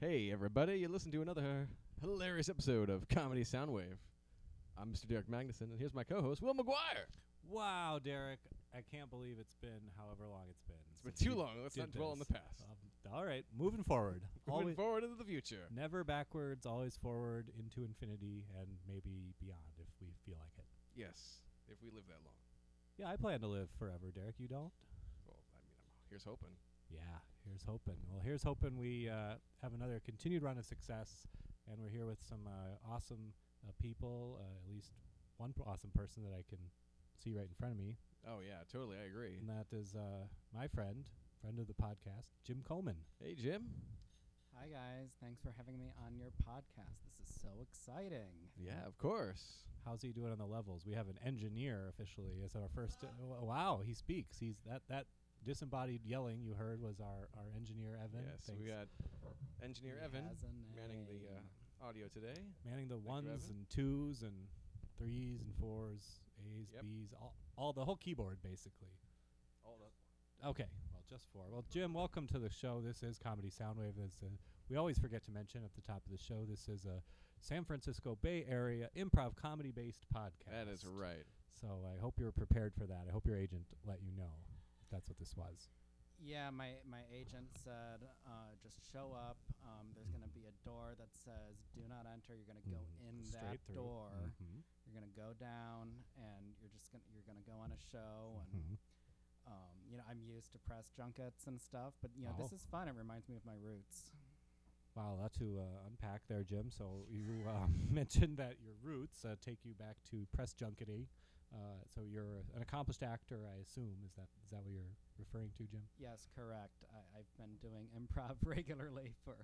Hey, everybody, you listen to another hilarious episode of Comedy Soundwave. I'm Mr. Derek Magnuson, and here's my co host, Will McGuire. Wow, Derek, I can't believe it's been however long it's been. It's been too long. Let's not dwell on the past. Um, all right, moving forward. Moving Uh, Always, forward into the future. never backwards, always forward into infinity and maybe beyond if we feel like it. Yes, if we live that long. Yeah, I plan to live forever, Derek. You don't? Well, I mean, I'm, here's hoping. Yeah, here's hoping. Well, here's hoping we uh, have another continued run of success, and we're here with some uh, awesome uh, people. Uh, at least one p- awesome person that I can see right in front of me, Oh, yeah, totally. I agree. and that is uh, my friend, friend of the podcast, Jim Coleman. Hey, Jim. Hi guys, thanks for having me on your podcast. This is so exciting. Yeah, of course. How's he doing on the levels? We have an engineer officially as our first. oh, wow, he speaks. He's that that disembodied yelling you heard was our our engineer Evan. yes, Thanks. we got engineer He Evan has a manning the uh, name. audio today. manning the Thank you, ones Evan. and twos and threes and fours, A's, Yep. B's, all, all the whole keyboard basically. All the Okay, well, just four. Well, Jim, welcome to the show. This is Comedy Soundwave. This is, we always forget to mention at the top of the show. This is a San Francisco Bay Area improv comedy based podcast. That is right. So I hope you were prepared for that. I hope your agent let you know if that's what this was. Yeah, my my agent said uh, just show up. Um, there's gonna be a door that says "Do not enter." You're gonna go Mm, Mhm. in Straight that through. door. Mhm. You're gonna go down, and you're just gonna you're gonna go on a show. Mm-hmm. And Mhm. um, you know, I'm used to press junkets and stuff, but you know, this Oh. is fun. It reminds me of my roots. Wow, a lot to uh, unpack there, Jim. So you uh, mentioned that your roots uh, take you back to press junketing. Uh, so you're an accomplished actor, I assume. Is that is that what you're referring to, Jim? Yes, correct. I, I've been doing improv regularly for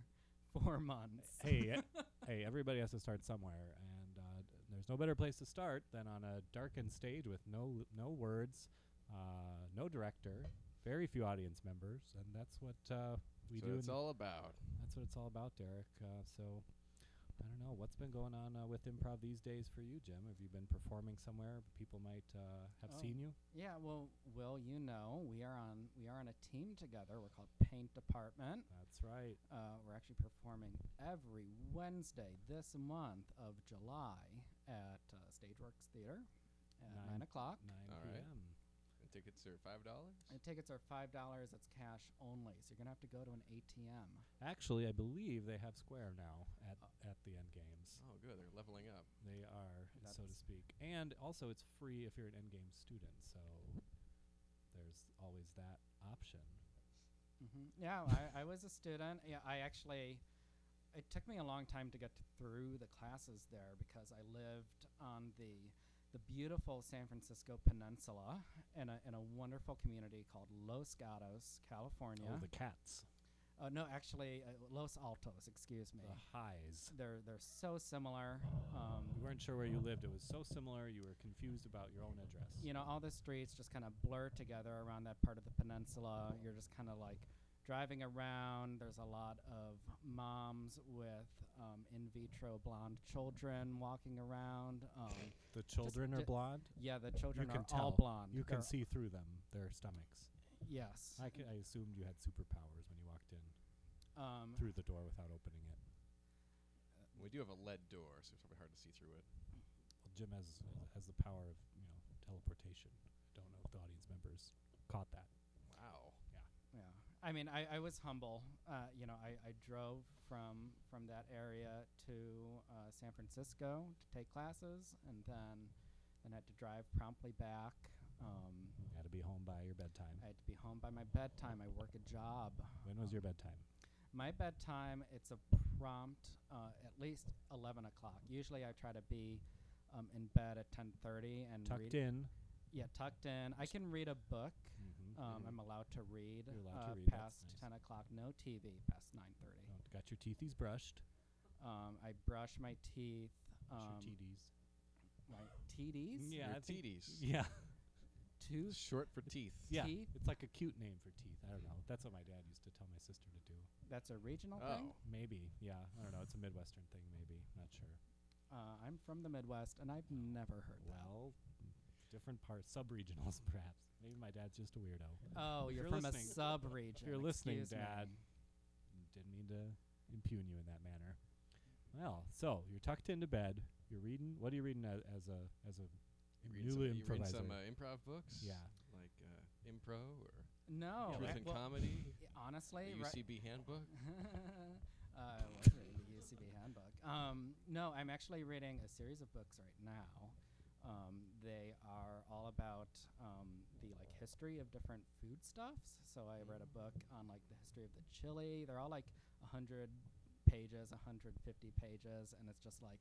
four months. hey, e- hey, everybody has to start somewhere, and uh, d- there's no better place to start than on a darkened stage with no no words, uh, no director, very few audience members, and that's what uh, we so do. it's in- all about. that's what it's all about, Derek. Uh, so. I don't know what's been going on uh, with improv these days for you, Jim. Have you been performing somewhere? People might uh, have Oh. seen you. Yeah, well, Will, you know, we are on we are on a team together. We're called Paint Department. That's right. Uh, we're actually performing every Wednesday this month of July at uh, Stageworks Theater at Nine- nine, o'clock. Nine All right. p.m. And tickets are five dollars. And tickets are five dollars. It's cash only, so you're gonna have to go to an ATM. Actually, I believe they have Square now at Uh. at the end games. Oh, good. They're leveling up. They are, so to That's- speak. And also, it's free if you're an Endgame student, so there's always that option. hmm Yeah, I, I was a student. Yeah, I actually, it took me a long time to get t- through the classes there because I lived on the the beautiful San Francisco Peninsula in a in a wonderful community called Los Gatos, California. Oh, the cats, Uh, no, actually, uh, Los Altos. Excuse me. the highs. They're they're so similar. You Um, weren't sure where you lived. It was so similar, you were confused about your own address. you know, all the streets just kind of blur together around that part of the peninsula. You're just kind of like driving around. There's a lot of moms with um, in vitro blonde children walking around. Um, The children are d- blonde. yeah, the You children can are tell. all blonde. You can They're- see through them, their stomachs. Yes. I, ca- I assumed you had superpowers when you walked in Um, through the door without opening it. We do have a lead door, so it's probably hard to see through it. Well, Jim has has the power of you know teleportation. I don't know if the audience members caught that. Wow. Yeah, I mean, I, I was humble. Uh, you know, I, I drove from from that area to uh, San Francisco to take classes, and then then had to drive promptly back. Um, Had to be home by your bedtime. I had to be home by my bedtime. I work a job. When was your bedtime? My bedtime, it's a prompt uh, at least eleven o'clock. Usually, I try to be um, in bed at ten thirty and Tucked read, in. Yeah, tucked in. I can read a book. Mm-hmm. Um, Mhm. I'm allowed to read, You're allowed to uh, read, that's past nice. 10 o'clock. No TV past 9:30. got your teethies brushed. Um, I brush my teeth. Um, Got your TDs. my TDs. Yeah, Your I think- TDs. Yeah. Two. Short for teeth. Yeah. Teeth? It's like a cute name for teeth. I don't know. That's what my dad used to tell my sister to do. That's a regional thing. Oh. Maybe. Yeah. I don't know. It's a Midwestern thing, maybe. Not sure. Uh, I'm from the Midwest, and I've never heard Well, different parts, sub regionals perhaps. Maybe my dad's just a weirdo. that. Oh, if you're, you're from a listening- sub region. if you're listening, excuse me. Dad, didn't mean to impugn you in that manner. Well, so you're tucked into bed. You're reading. What are you reading as, as a as a You read some, newly you read some improviser? uh, improv books? Yeah. Like uh, Impro or No. Truth I- and Oh, well, Comedy, i- the honestly, right- UCB Handbook. uh, I was reading the UCB handbook. Um, no, I'm actually reading a series of books right now. Um, they are all about um, the like history of different foodstuffs. So I read a book on like the history of the chili. They're all like 100 pages, 150 pages, and it's just like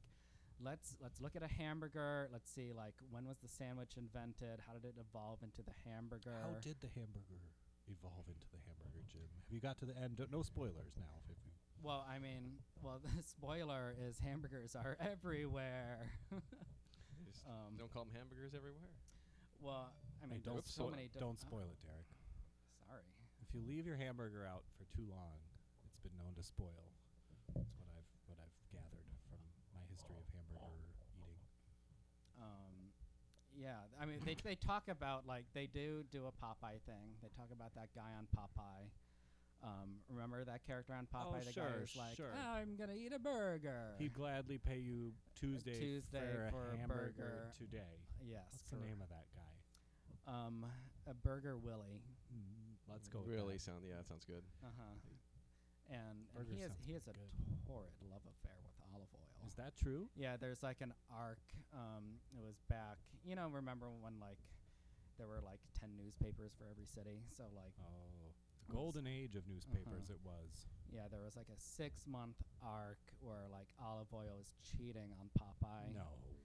let's let's look at a hamburger. Let's see like when was the sandwich invented? How did it evolve into the hamburger? How did the hamburger evolve into the hamburger, Jim? Have you got to the end? No spoilers now. If you Well, I mean, well, the spoiler is hamburgers are everywhere. They just um, Don't call them hamburgers everywhere. well, I mean, don't there's spoil- so many. diff- don't oh, spoil it, Derek. sorry. If you leave your hamburger out for too long, it's been known to spoil. That's what I've what I've gathered from my history of hamburger eating. Um, yeah, I mean, they they talk about like they do do a Popeye thing. They talk about that guy on Popeye. Um, remember that character on Oh, Popeye? the guy sure, who's like, "Oh, sure. I'm gonna eat a burger. He'd gladly pay you Tuesday, Tuesday for, for a a hamburger burger. today. yes, What's correct. the name of that guy? Um, a burger Willie. Mm, Mm. Let's go. with Really that. sound, yeah, that sounds good. Uh huh. And, and Burger he has sounds he has a good. torrid love affair with olive oil. Is that true? Yeah, there's like an arc. Um, it was back, you know, remember when like there were like 10 newspapers for every city? So, like, Oh, the golden age of newspapers. It was. yeah, there was like a six month arc where like olive oil is cheating on Popeye no way.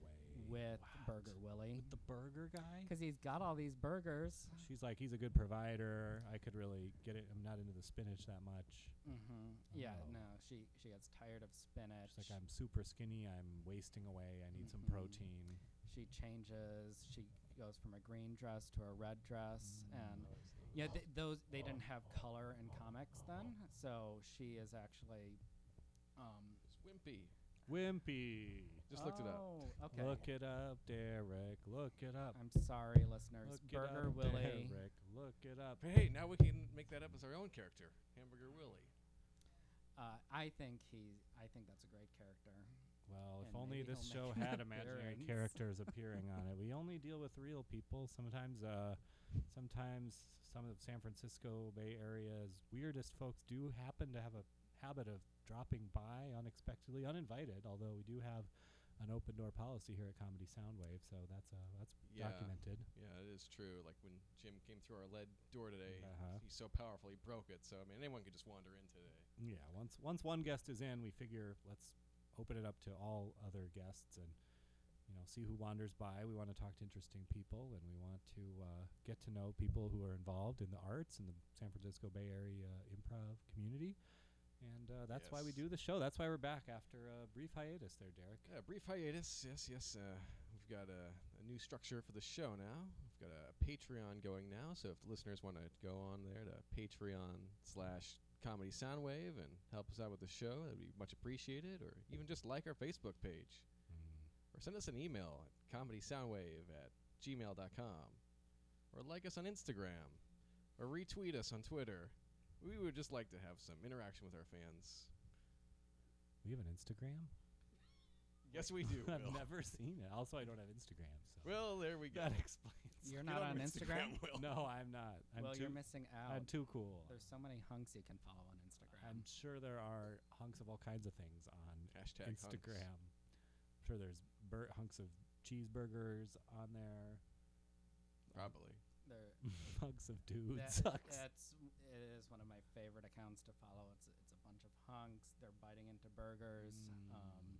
with What? Burger Willie. With the burger guy. Because he's got all these burgers. She's like, he's a good provider. I could really get it. I'm not into the spinach that much. hmm Yeah, Oh. no, she she gets tired of spinach. She's like, I'm super skinny. I'm wasting away. I need some Mhm. protein. she changes. She goes from a green dress to a red dress, Mm. and Oh, yeah, th- those they Oh. didn't have color in comics then, so she is actually. Um, It's wimpy. Wimpy. Just looked it up. oh, Okay. Look it up, Derek. Look it up. I'm sorry, listeners. Look it Burger up, Willie. Derek. Look it up. Hey, now we can make that up as our own character, Hamburger Willie. Uh, I think he. I think that's a great character. Well, if And only maybe this he'll show make had an imaginary appearance. characters appearing on it. We only deal with real people. Sometimes, uh, sometimes some of San Francisco Bay Area's weirdest folks do happen to have a habit of dropping by unexpectedly, uninvited. Although we do have an open door policy here at Comedy Soundwave, so that's uh, that's Yeah. documented. Yeah, it is true. Like when Jim came through our lead door today, Uh-huh. he's so powerful he broke it. So I mean, anyone could just wander in today. Yeah, once once one guest is in, we figure let's open it up to all other guests and you know see who wanders by. We want to talk to interesting people and we want to uh, get to know people who are involved in the arts in the San Francisco Bay Area improv community. And uh, that's why we Yes. do the show. That's why we're back after a brief hiatus there, Derek. Yeah, brief hiatus. Yes, yes. Uh, we've got a, a new structure for the show now. We've got a Patreon going now. So if the listeners want to go on there to Patreon slash Comedy Soundwave and help us out with the show, that'd be much appreciated. Or even just like our Facebook page, or send us an email at comedysoundwave at gmail.com, or like us on Instagram, or retweet us on Twitter. We would just like to have some interaction with our fans. We have an Instagram? Yes, we do. I've Will. never seen it. Also, I don't have Instagram, so Well, there we go. that explains. You're Get not on Instagram. Will. No, I'm not. I'm well, too, you're missing out. I'm too cool. There's so many hunks you can follow on Instagram. I'm sure there are hunks of all kinds of things on Hashtag hunks. Instagram. I'm sure there's bur- hunks of cheeseburgers on there, Probably. There- hunks of dudes, that- hunks. That's it is one of my favorite accounts to follow. It's it's a bunch of hunks. They're biting into burgers. Mm, Um,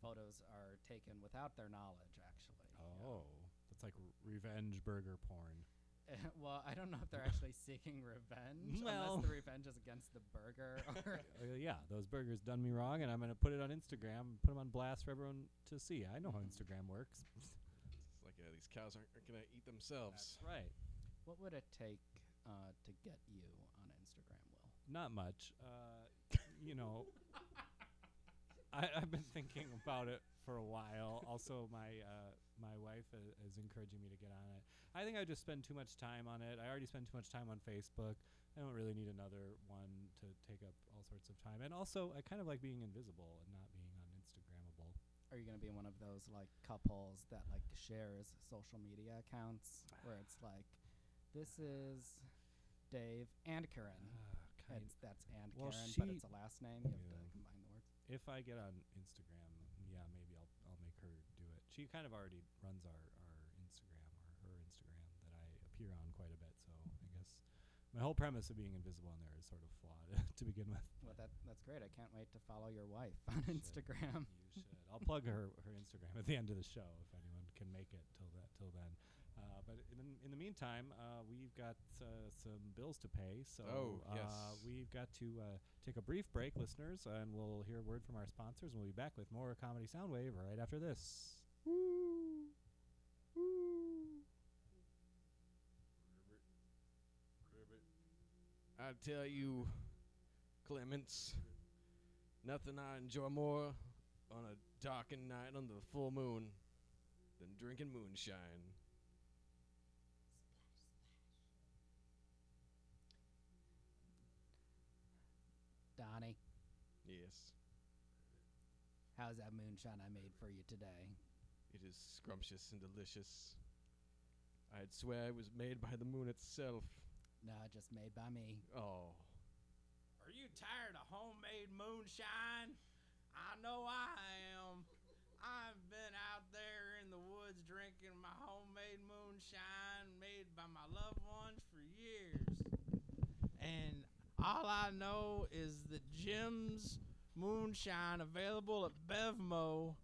photos are taken without their knowledge, actually. Yeah. oh, that's like r- revenge burger porn. well, I don't know if they're actually seeking revenge, Well. unless the revenge is against the burger. Or Uh, yeah, those burgers done me wrong, and I'm gonna put it on Instagram, put them on blast for everyone to see. I know how Instagram works. It's like uh, these cows aren't, aren't going to eat themselves. that's right. what would it take uh, to get you on Instagram, Will? Not much. Uh, you know, I, I've been thinking about it for a while. Also, my uh, my wife uh, i- is encouraging me to get on it. I think I just spend too much time on it. I already spend too much time on Facebook. I I don't really need another one to take up all sorts of time. And also, I kind of like being invisible and not being on Instagrammable. Are you going to be one of those like couples that like shares social media accounts where it's like, this is Dave and Karen. kind It's, that's and Well, Karen, she- but it's a last name. You have Yeah. to combine the words. if I get on Instagram, yeah, maybe I'll I'll make her do it. She kind of already runs our, our Instagram or her Instagram that I appear on quite a bit, so I guess my whole premise of being invisible on there is sort of flawed to begin with. Well, that that's great. I can't wait to follow your wife on should. Instagram. You should. I'll plug her her Instagram at the end of the show if anyone can make it till that till then. Uh, but in the, in the meantime, uh, we've got uh, some bills to pay, so Oh, uh, yes. we've got to uh, take a brief break, listeners, and we'll hear a word from our sponsors. and We'll be back with more comedy Soundwave right after this. I tell you, Clements, nothing I enjoy more on a darkened night under the full moon than drinking moonshine. Donnie, Yes, how's that moonshine I made for you today? it is scrumptious and delicious. I'd swear it was made by the moon itself. No, just made by me. Oh, Are you tired of homemade moonshine? I know I am. I've been out there in the woods drinking my homemade moonshine made by my loved ones for years. And all I know is that Jim's moonshine available at Bevmo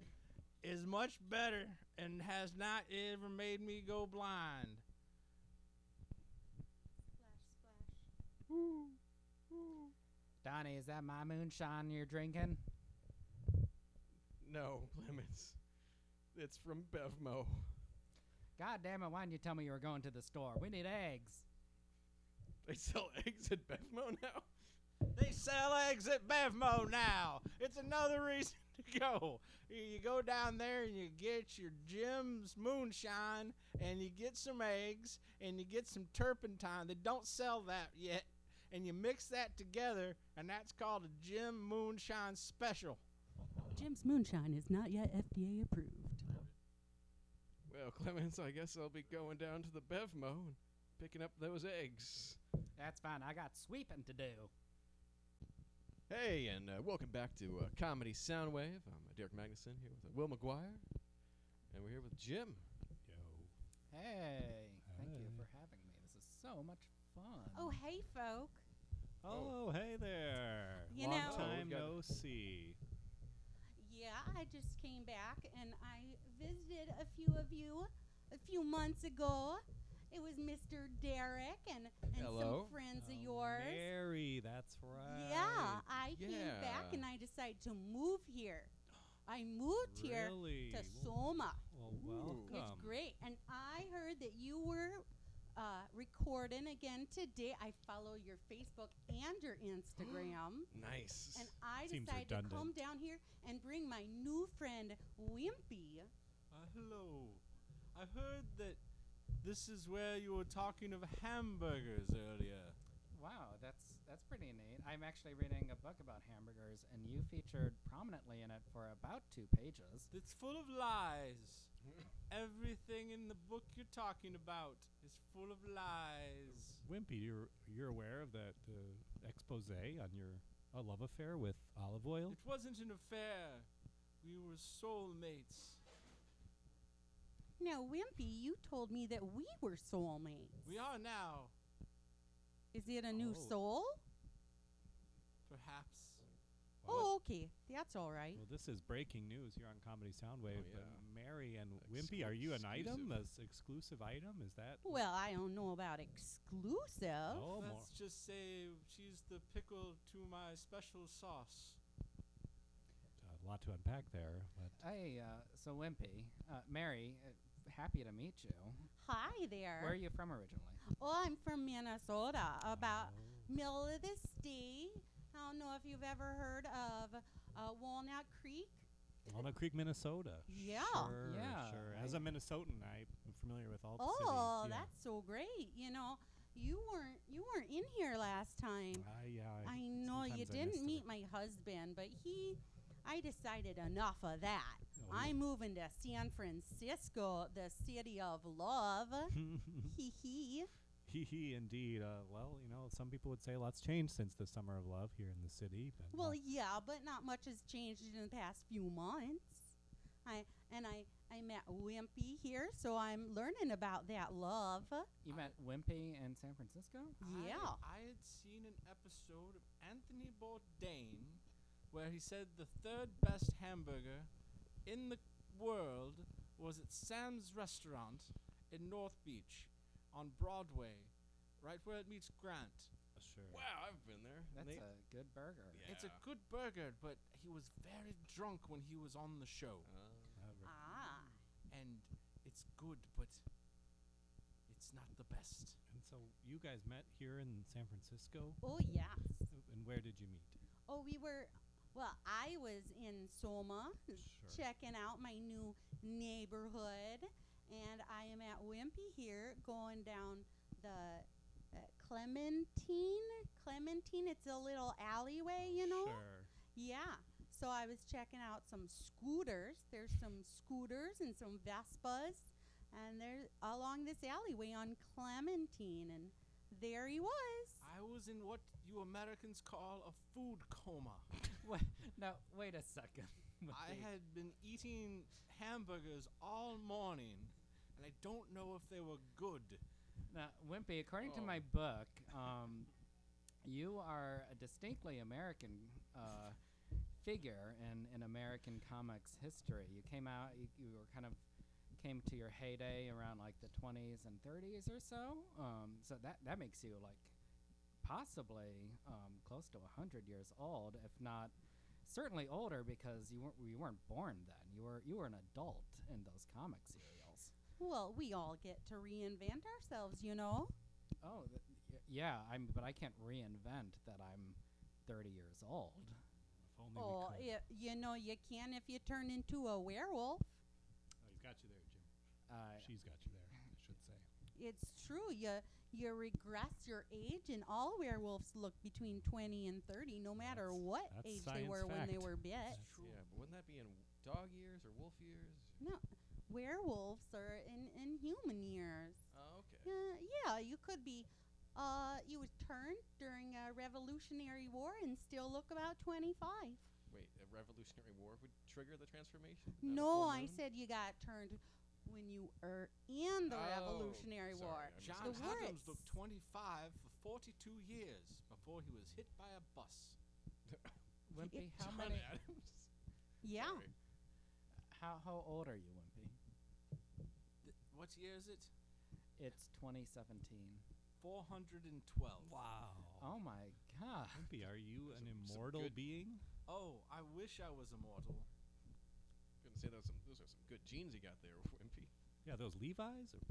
is much better and has not ever made me go blind. Donnie, is that my moonshine you're drinking? no, Clements. It's from Bevmo. God damn it, why didn't you tell me you were going to the store? We need eggs. They sell eggs at Bevmo now? They sell eggs at Bevmo now. It's another reason to go. You- You go down there and you get your Jim's moonshine and you get some eggs and you get some turpentine. They don't sell that yet. And you mix that together and that's called a Jim Moonshine Special. Jim's moonshine is not yet FDA approved. Well, Clements, I guess I'll be going down to the Bevmo and picking up those eggs. That's fine. I got sweeping to do. Hey, and uh, welcome back to uh, Comedy Soundwave. I'm uh, Derek Magnuson here with uh, Will McGuire, and we're here with Jim. Hey, thank you Hey. for having me. This is so much fun. Oh, hey, folk. Oh, hey there. You Long know- time Oh, no see. Yeah, I just came back and I visited a few of you a few months ago. It was Mr. Derek and, and Hello. some friends of Oh, yours. Mary, that's right. Yeah, I came back Yeah. and I decided to move here. I moved here Really? to Well, Soma. well, Ooh. welcome. It's great. And I heard that you were uh, recording again today. I follow your Facebook and your Instagram. Nice. And I Seems decided to redundant. come down here and bring my new friend Wimpy. Uh, hello. I heard that this is where you were talking of hamburgers earlier. Wow, that's that's pretty neat. I'm actually reading a book about hamburgers, and you featured prominently in it for about two pages. It's full of lies. Everything in the book you're talking about is full of lies. Wimpy, you're you're aware of that uh, expose on your a love affair with olive oil? It wasn't an affair. We were soulmates. Now, Wimpy, you told me that we were soulmates. We are now, Is it a new Oh. soul? perhaps. Well, Mm. Oh, okay. That's all right. well, this is breaking news here on Comedy Soundwave. Oh, but yeah. Mary and Wimpy, are you an item? An exclusive item? Is that? Well, I don't know about exclusive. oh, more. Let's just say she's the pickle to my special sauce. a lot to unpack there. But Hey, uh, so Wimpy, uh, Mary, uh, happy to meet you. Hi there. Where are you from originally? Oh, I'm from Minnesota, about middle of the state. I don't know if you've ever heard of uh, Walnut Creek. Walnut uh, Creek, Minnesota. Yeah. Sure, Yeah, sure. As I- a Minnesotan, I'm familiar with all the cities. Oh, yeah. that's so great. You know, You weren't you weren't in here last time. Ah, yeah, I know you sometimes I missed didn't it. meet my husband, but he I decided enough of that. Oh, I'm moving to San Francisco, the city of love. Oh, Mm-hmm. Hee hee. Hee hee, indeed. Uh, well, you know, some people would say lots changed since the summer of love here in the city. But Well, uh, yeah, but not much has changed in the past few months. I and I I met Wimpy here, so I'm learning about that love. Ah. You met Wimpy in San Francisco? I- Yeah. I, had seen an episode of Anthony Bourdain where he said the third best hamburger in the world was at Sam's Restaurant in North Beach on Broadway, right where it meets Grant. sure. Wow, I've been there. Uh, and That's they- a good burger. Yeah. It's a good burger, but he was very drunk when he was on the show. Uh, However, Ah. And it's good, but it's not the best. and so you guys met here in San Francisco, Oh yes. Uh, and where did you meet? Oh, we were. Well, I was in Soma checking out my new neighborhood, and I am at Wimpy here, going down the uh, Clementine. Clementine. It's a little alleyway, you know. Sure. Yeah. So I was checking out some scooters. There's some scooters and some Vespas, and they're along this alleyway on Clementine, and there he was. I was in what you Americans call a food coma. Wha no, wait a second. I Wimpy. had been eating hamburgers all morning, and I don't know if they were good. Now, Wimpy, according to Oh. my book, um, you are a distinctly American uh, figure in, in American comics history. You came out, you, you were kind of came to your heyday around like the 20s and 30s or so. Um, so that, that makes you like possibly um, close to 100 years old, if not certainly older, because you weren't, you weren't born then. You were, you were an adult in those comic serials. Well, we all get to reinvent ourselves, you know. Oh, th- y- yeah. I'm, but I can't reinvent that I'm 30 years old. If only Oh, we could. y you know you can if you turn into a werewolf. Oh, he's got you there, Jim. Uh, She's got you there, I should say. It's true. You you regress your age, and all werewolves look between twenty and thirty, no matter That's- what that's age science they were when they fact. were bit. That's- yeah, but wouldn't that be in dog years or wolf years? Werewolves are in in human years. Oh, okay. Uh, yeah, you could be. Uh, you would turn during a Revolutionary War and still look about twenty-five. Wait, a Revolutionary War would trigger the transformation? Not a No, full I moon? said you got turned when you were in the Oh, Revolutionary sorry, War. I John misunderstood. The word- Adams words. looked 25 for 42 years before he was hit by a bus. Wimpy, how John many? Adams. Yeah, Sorry. How how old are you, Wimpy? Th- what year is it? It's 2017. 412. Wow. Oh my god. Wimpy, are you There's an some- some immortal good- being? Oh, I wish I was immortal. Gonna say those some those are some good jeans you got there, Wimpy. Yeah, those Levi's. Or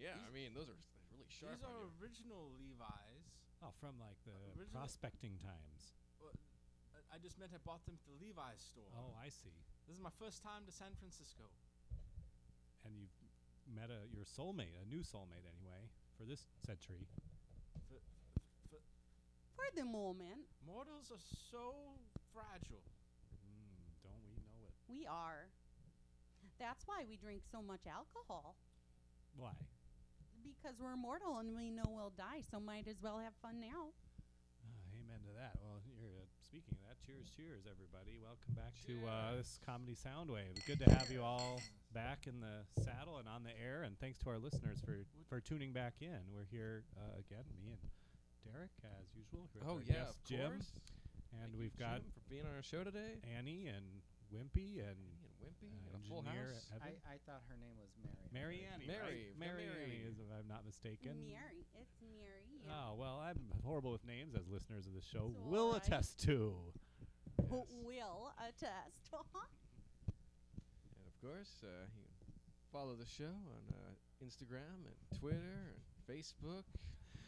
Yeah, These- I mean those are s- they're really sharp. These are on you. original Levi's. oh, from like the originally- prospecting times. I- I just meant I bought them at the Levi's store. Oh, I see. This is my first time to San Francisco. And you've met a your soulmate, a new soulmate anyway, for this century. for the moment, Mortals are so fragile. Mm, don't we know it? we are. That's why we drink so much alcohol Why? because we're mortal and we know we'll die. So might as well have fun now. Ah, amen to that. Well, here, uh, speaking of that, cheers, cheers, everybody. Welcome back to uh, this Comedy Soundwave. Good to have you all back in the saddle and on the air, and thanks to our listeners for, for tuning back in. We're here uh, again, me and Derek, as usual. here with Oh our yeah, guest, of Jim, course. and Thank you, we've got Jim, for being on our show today. Annie and Wimpy and Annie and Wimpy uh, and a full engineer house. Evan. I, I thought her name was Mary. Mary Annie, right? Mary, we've got Mary Annie, Mary. is, if I'm not mistaken. Mary, it's Mary. Yeah. Oh well, I'm horrible with names, as listeners of the show It's will alright. attest to. Who Yes. will attest. And of course, uh, you can follow the show on uh, Instagram and Twitter and Facebook.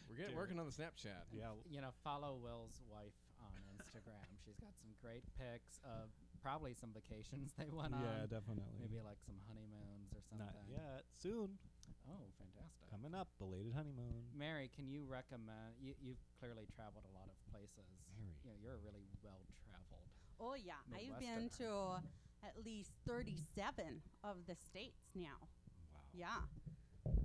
We're getting Derek. working on the Snapchat. Yeah, You know, follow Will's wife on Instagram. She's got some great pics of probably some vacations they went yeah, on. definitely. Maybe like some honeymoons or something. not yet. Soon, Oh, fantastic. coming up, belated honeymoon. Mary, can you recommend? You, you've clearly traveled a lot of places. Mary. You know, you're really well traveled. Oh yeah, I've been Midwestern. to at least 37 of the states now. Wow. Yeah.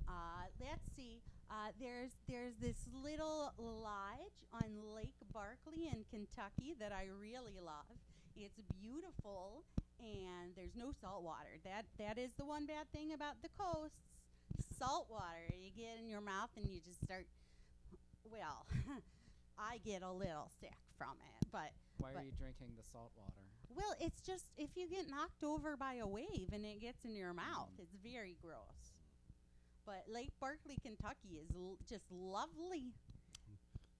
Uh, let's see. Uh, there's there's this little lodge on Lake Barkley in Kentucky that I really love. It's beautiful and there's no salt water. That that is the one bad thing about the coasts. Salt water you get in your mouth and you just start. Well, I get a little sick from it, but Why But- are you drinking the salt water? well, it's just if you get knocked over by a wave and it gets in your mouth, Mm. it's very gross. But Lake Barkley, Kentucky is l- just lovely.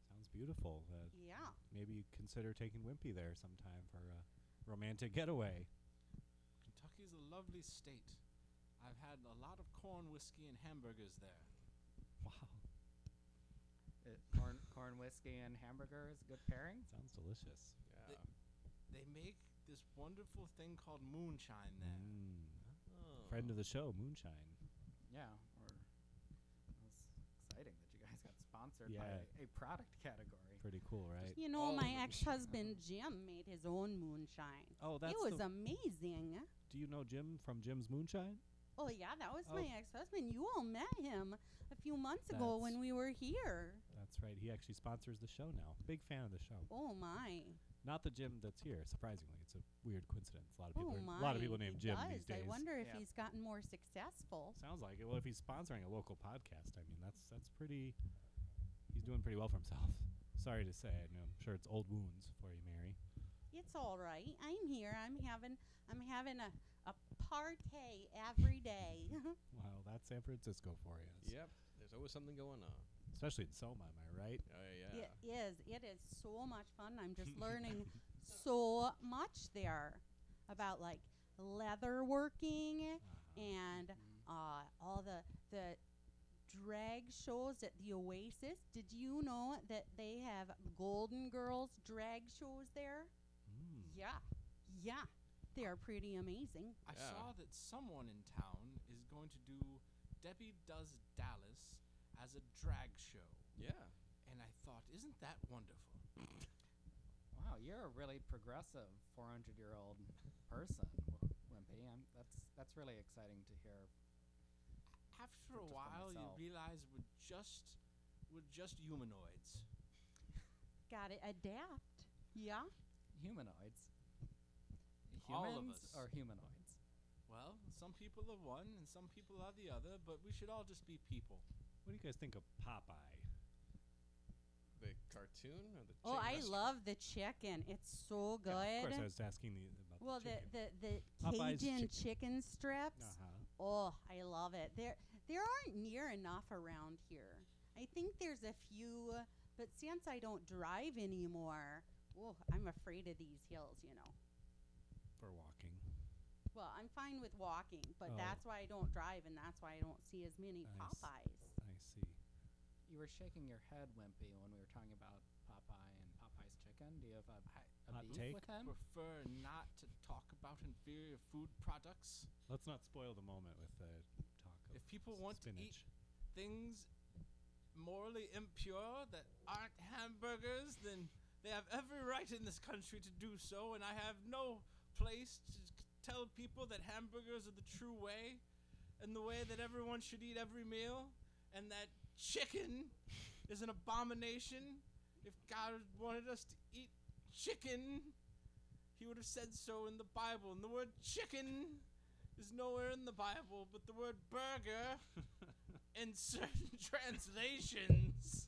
Sounds beautiful. Uh, Yeah. maybe you consider taking Wimpy there sometime for a romantic getaway. Kentucky's a lovely state. I've had a lot of corn whiskey and hamburgers there. Wow. Uh, corn, corn whiskey and hamburger is a good pairing. Sounds delicious. Yeah. They make this wonderful thing called moonshine there. Mm. Oh. Friend of the show, Moonshine. Yeah, or that's exciting that you guys got sponsored Yeah. by a product category. Pretty cool, right? You know, all my the ex husband Jim made his own moonshine. Oh, that's. it was the- amazing. do you know Jim from Jim's Moonshine? Oh, yeah, that was Oh. my ex husband. You all met him a few months ago when That's- we were here. That's right. He actually sponsors the show now. Big fan of the show. Oh, my. Not the Jim that's here. Surprisingly, it's a weird coincidence. A lot of people. oh, are- my. a lot of people named He Jim does. these days. I wonder if Yeah. he's gotten more successful. Sounds like it. Well, if he's sponsoring a local podcast, I mean, that's that's pretty. He's doing pretty well for himself. Sorry to say. I know, I'm sure it's old wounds for you, Mary. It's all right. I'm here. I'm having I'm having a, a party every day. Wow, that's San Francisco for you. Yep. There's always something going on. Especially in Soma, am I right? Oh yeah. It is. It is so much fun. I'm just learning so much there about like leather working Uh-huh. and uh, all the the drag shows at the Oasis. Did you know that they have Golden Girls drag shows there? Mm. Yeah. Yeah. They are pretty amazing. I Yeah. saw that someone in town is going to do Debbie Does Dallas as a drag show. Yeah. And I thought, isn't that wonderful? Wow, you're a really progressive 400 year old person, Wimpy. I'm, that's that's really exciting to hear. After Just a for while, you myself. realize we're just we're just humanoids. Got to adapt. Yeah. Humanoids. All of Humans us. are humanoids. Well, some people are one and some people are the other, but we should all just be people. What do you guys think of Popeye? The cartoon or the chicken Oh, I restaurant? love the chicken. It's so good. Yeah, of course, I was asking the about well, the the, chicken. the, the Popeye's Cajun chicken. chicken, strips. uh-huh. Oh, I love it. There there aren't near enough around here. I think there's a few, but since I don't drive anymore, oh, I'm afraid of these hills, you know. for walking. Well, I'm fine with walking, but Oh. that's why I don't drive and that's why I don't see as many I s- Popeyes. I see. You were shaking your head, Wimpy, when we were talking about Popeye and Popeye's chicken. Do you have a, a Hot beef take? with him? Prefer not to talk about inferior food products. Let's not spoil the moment with the talk of If people want to eat spinach. things morally impure that aren't hamburgers, then they have every right in this country to do so, and I have no place to c- tell people that hamburgers are the true way and the way that everyone should eat every meal, and that chicken is an abomination. If God wanted us to eat chicken, he would have said so in the Bible. And the word chicken is nowhere in the Bible, but the word burger in certain translations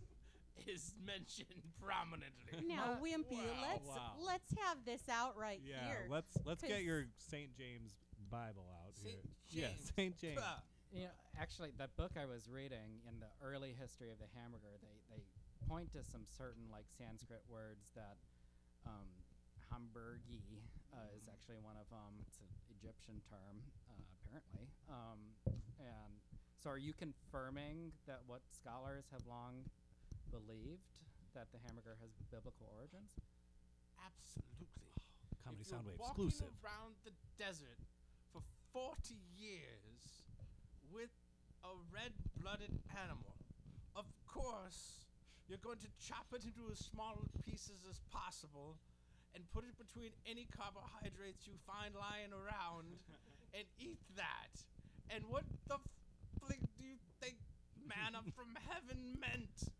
is mentioned prominently. Now, My- Wimpy, wow, let's wow. let's have this out right yeah, here. let's let's get 'cause- your St. James Bible out St. here. James. Yeah, St. James. Bah. You know, actually, that book I was reading in the early history of the hamburger, they, they point to some certain like Sanskrit words that um, hamburgi uh, is actually one of them. It's an Egyptian term, uh, apparently. Um, and so, are you confirming that what scholars have long believed that the hamburger has biblical origins? Absolutely. Comedy if Soundwave walking exclusive. around the desert for 40 years with a red-blooded animal. Of course, you're going to chop it into as small pieces as possible and put it between any carbohydrates you find lying around and eat that. And what the flick do you think manna from heaven meant?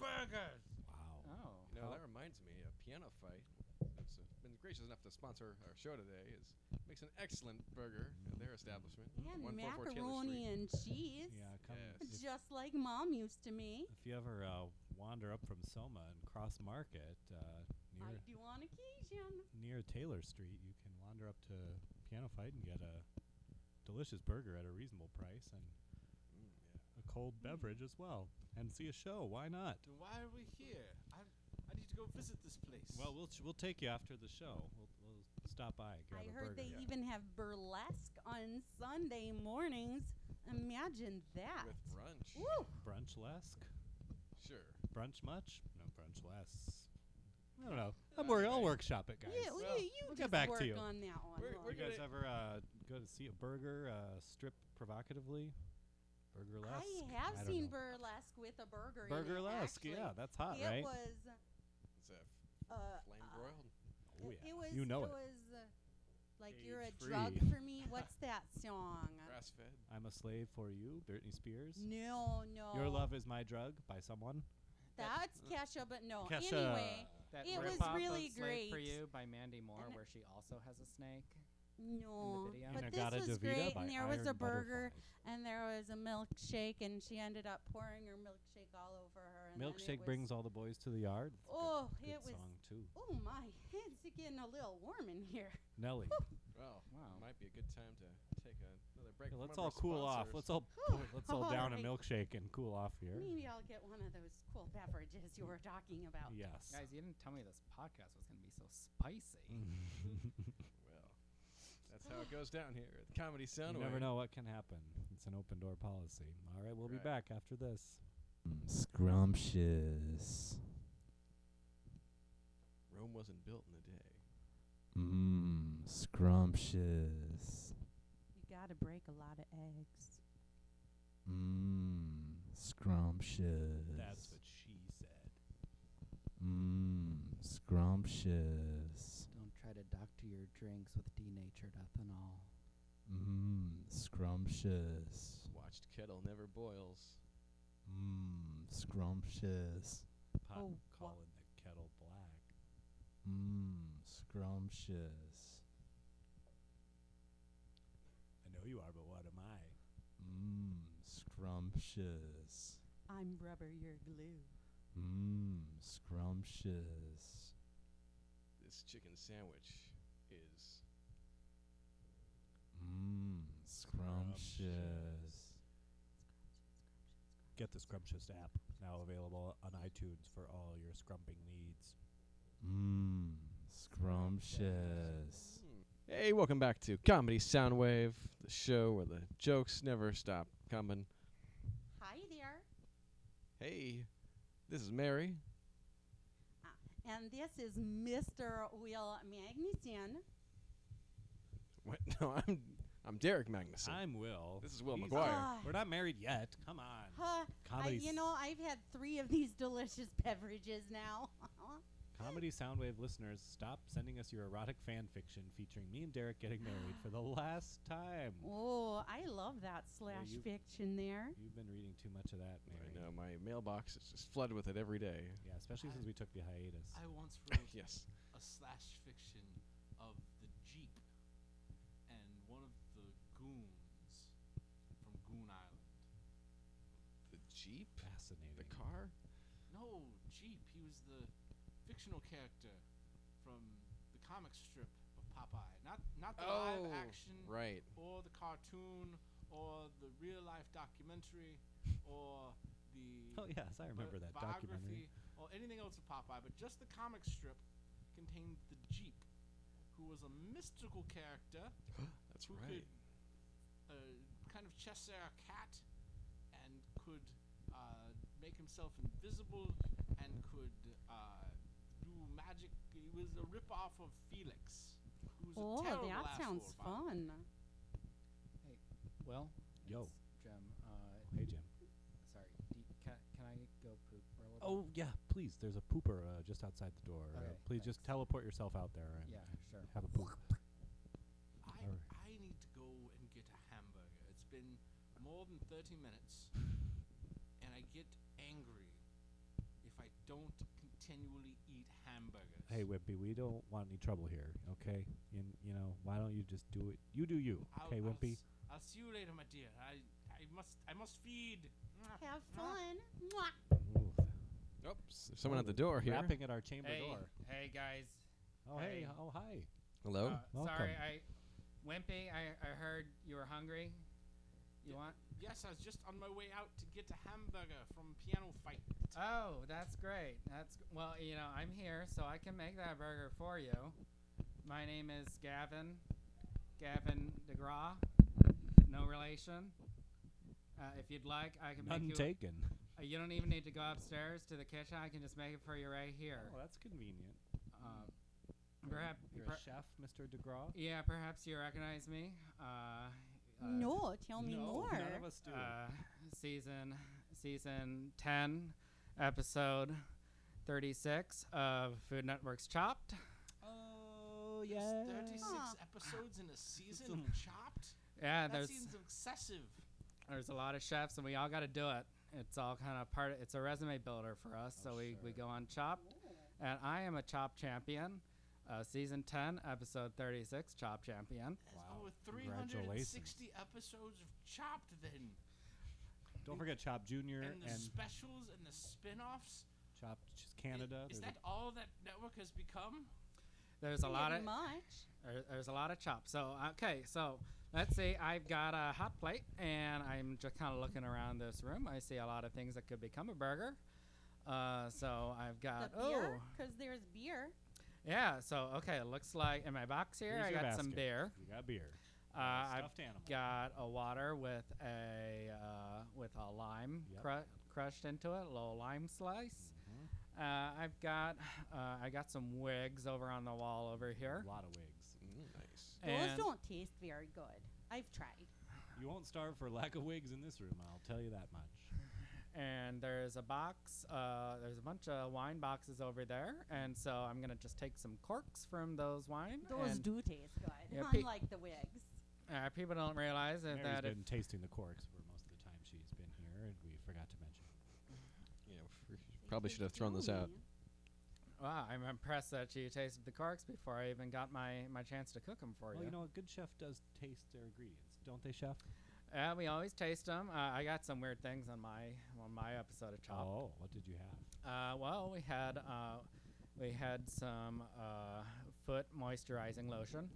Burgers. Wow. Oh. You know, How- that reminds me, a piano fight that's uh, been gracious enough to sponsor our show today is makes an excellent burger at their establishment. And 144 Taylor macaroni Street. and cheese. Yeah, come. Yes. If, Just like mom used to me. if you ever uh, wander up from Soma and cross Market uh, I near do on occasion. near Taylor Street, you can wander up to Piano Fight and get a delicious burger at a reasonable price and Mm, yeah. a cold beverage as well, and see a show. Why not? Then why are we here? I, I need to go visit this place. Well, we'll ch- we'll take you after the show. We'll, we'll stop by. Grab I a burger. heard they even have burlesque on Sunday mornings. Imagine that. With brunch. Woo! brunch lesk, Sure. brunch much? No, brunch less. I don't know. I'm wor- I'll workshop it, guys. Yeah, well, Well, you, you we'll get just back to work you. on that one. We're- Lauren. we're you guys gonna- ever uh, go to see a burger uh, strip provocatively? Burgerlesque. I have don't seen know. burlesque with a burger. in it, burgerlesque. actually. Yeah, that's hot, it right? was. It's a Uh, flame uh, broiled. oh it- yeah, It was. you know it. was uh, like you're a Cage-free. drug for me. What's that song? Grass fed. I'm a slave for you, Britney Spears. No, no. Your love is my drug by someone. That's Kesha, but no. Kesha. Anyway, That It rip was off of really Slave for great. you by Mandy Moore, And- where she also has a snake. no. video. But Inagata this was DeVita great, by and there was Iron a burger, Butterfly. and there was a milkshake, and she ended up pouring her milkshake all over her. And then it Milkshake was- brings all the boys to the yard. It's a good- Oh, good, it was. song too. Oh my, it's getting a little warm in here. Nelly. Well, Wow. might be a good time to take another break. Yeah, from let's one of all our cool off. sponsors. Let's all let's all down a milkshake and cool off here. Maybe I'll get one of those cool beverages you were talking about. Yes. Guys, you didn't tell me this podcast was going to be so spicy. Well, that's how it goes down here at the Comedy Sound. you never know what can happen. It's an open door policy. All right, we'll Right. be back after this. Scrumptious. Rome wasn't built in a day. Mmm, scrumptious. You got to break a lot of eggs. Mmm, scrumptious. That's what she said. Mmm, scrumptious. Don't try to doctor your drinks with denatured ethanol. Mmm, scrumptious. Watched kettle never boils. Mmm, scrumptious. Pot Oh, calling wha- the kettle black. Mmm, scrumptious. I know you are, but what am I? Mmm, scrumptious. I'm rubber, you're glue. Mmm, scrumptious. This chicken sandwich is Mmm, scrumptious. Get the Scrumptious app now available on iTunes for all your scrumping needs. Mmm, scrumptious. Hey, welcome back to Comedy Soundwave, the show where the jokes never stop coming. Hi there. Hey, this is Mary. And this is Mr. Will Magnuson. What? No, I'm I'm Derek Magnuson. I'm Will. This is Will He's- McGuire. Ah, We're not married yet. Come on. huh, I, Comedy. you know, I've had three of these delicious beverages now. Comedy Soundwave listeners, stop sending us your erotic fan fiction featuring me and Derek getting married for the last time. oh, I love that slash you- fiction there. You've been reading too much of that, Mary. I know my mailbox is just flooded with it every day. Yeah, especially since we took the hiatus. I once wrote yes. a slash fiction of the Jeep, and one of the goons from Goon Island. The Jeep? Fascinating. The car? No, Jeep. He was the fictional character from the comic strip of Popeye. Not not the live action right. or the cartoon or the real life documentary or the Oh yes, I remember bi- that biography documentary. or anything else of Popeye, but just the comic strip contained the Jeep, who was a mystical character That's who right. could uh, kind of Cheshire cat and could uh, make himself invisible and could uh, do magic. He was a ripoff of Felix, who's Oh, a terrible that asshole, sounds by the way. fun. Well, Yo. it's Jim. Uh, Hey, Jim. sorry. Do you, can, can I go poop for a little? Oh yeah, please. There's a pooper uh, just outside the door. uh, Okay, please just thanks. teleport yourself out there and bit? Yeah, sure. have a poop. I, Alright. I need to go and get a hamburger. It's been more than 30 minutes, and I get angry if I don't continually eat hamburgers. Hey, Wimpy, we don't want any trouble here, okay? You, you know, why don't you just do it? You do you, I'll, okay, I'll Wimpy? s- I'll see you later, my dear. I, I must I must feed. Mwah, Have mwah. fun. Mwah. Ooh, Oops, there's someone at the door here. Rapping at our chamber Hey, door. hey guys. Oh, hey. hey. Oh, hi. Hello. Uh, sorry, welcome. I, Wimpy. I, I heard you were hungry. You Yeah. want? Yes, I was just on my way out to get a hamburger from Piano Fight. Oh, that's great. That's g- well, you know, I'm here, so I can make that burger for you. My name is Gavin, Gavin DeGraw. No relation. Uh, if you'd like, I can None make you. taken. uh, you don't even need to go upstairs to the kitchen. I can just make it for you right here. Oh, that's convenient. Uh, perhaps, You're a per- chef, Mr. DeGraw? yeah, perhaps you recognize me. Uh, uh, no, tell me no, more. None of us do. uh, season season 10 episode 36 of food networks chopped oh, There's yeah. 36 Huh. episodes in a season of Chopped? yeah that there's seems excessive. there's a lot of chefs and we all got to do it it's all kind of part of, it's a resume builder for us so we, we go on chopped and i am a chopped champion uh, season 10 episode 36 chopped champion There's Wow, over congratulations. 360 episodes of Chopped then. Don't forget Chop Junior and the and specials and the spin-offs. Chopped Ch- I- Canada. There's Is a- that all that network has become? there's a lot of Pretty much. there- there's a lot of chop so okay so let's see i've got a hot plate and i'm just kind of looking around this room i see a lot of things that could become a burger uh, so i've got the beer, oh because there's beer. yeah so okay it looks like in my box here Here's i your got some basket. beer you got beer. uh, i've Stuffed animal. got a water with a uh, with a lime Yep. cru- crushed into it, a little lime slice. Mm-hmm. Uh, I've got uh, I got some wigs over on the wall over here. A lot of wigs. Mm, nice. And- Those don't taste very good. I've tried. You won't starve for lack of wigs in this room. I'll tell you that much. and there's a box uh, there's a bunch of wine boxes over there and so i'm gonna just take some corks from those wine Those and, do taste good, Yeah, pick- unlike the wigs. uh, people don't realize Mary's that, that if, been tasting the corks for most of the time she's been here, and we forgot to mention. Yeah, we probably should have thrown this out. wow i'm impressed that you tasted the corks before i even got my, my chance to cook them for Well, Oh, you know, a good chef does taste their ingredients, don't they, chef? yeah we always taste them uh, i got some weird things on my on my episode of chop Oh, what did you have? uh, well we had uh, we had some uh, foot moisturizing lotion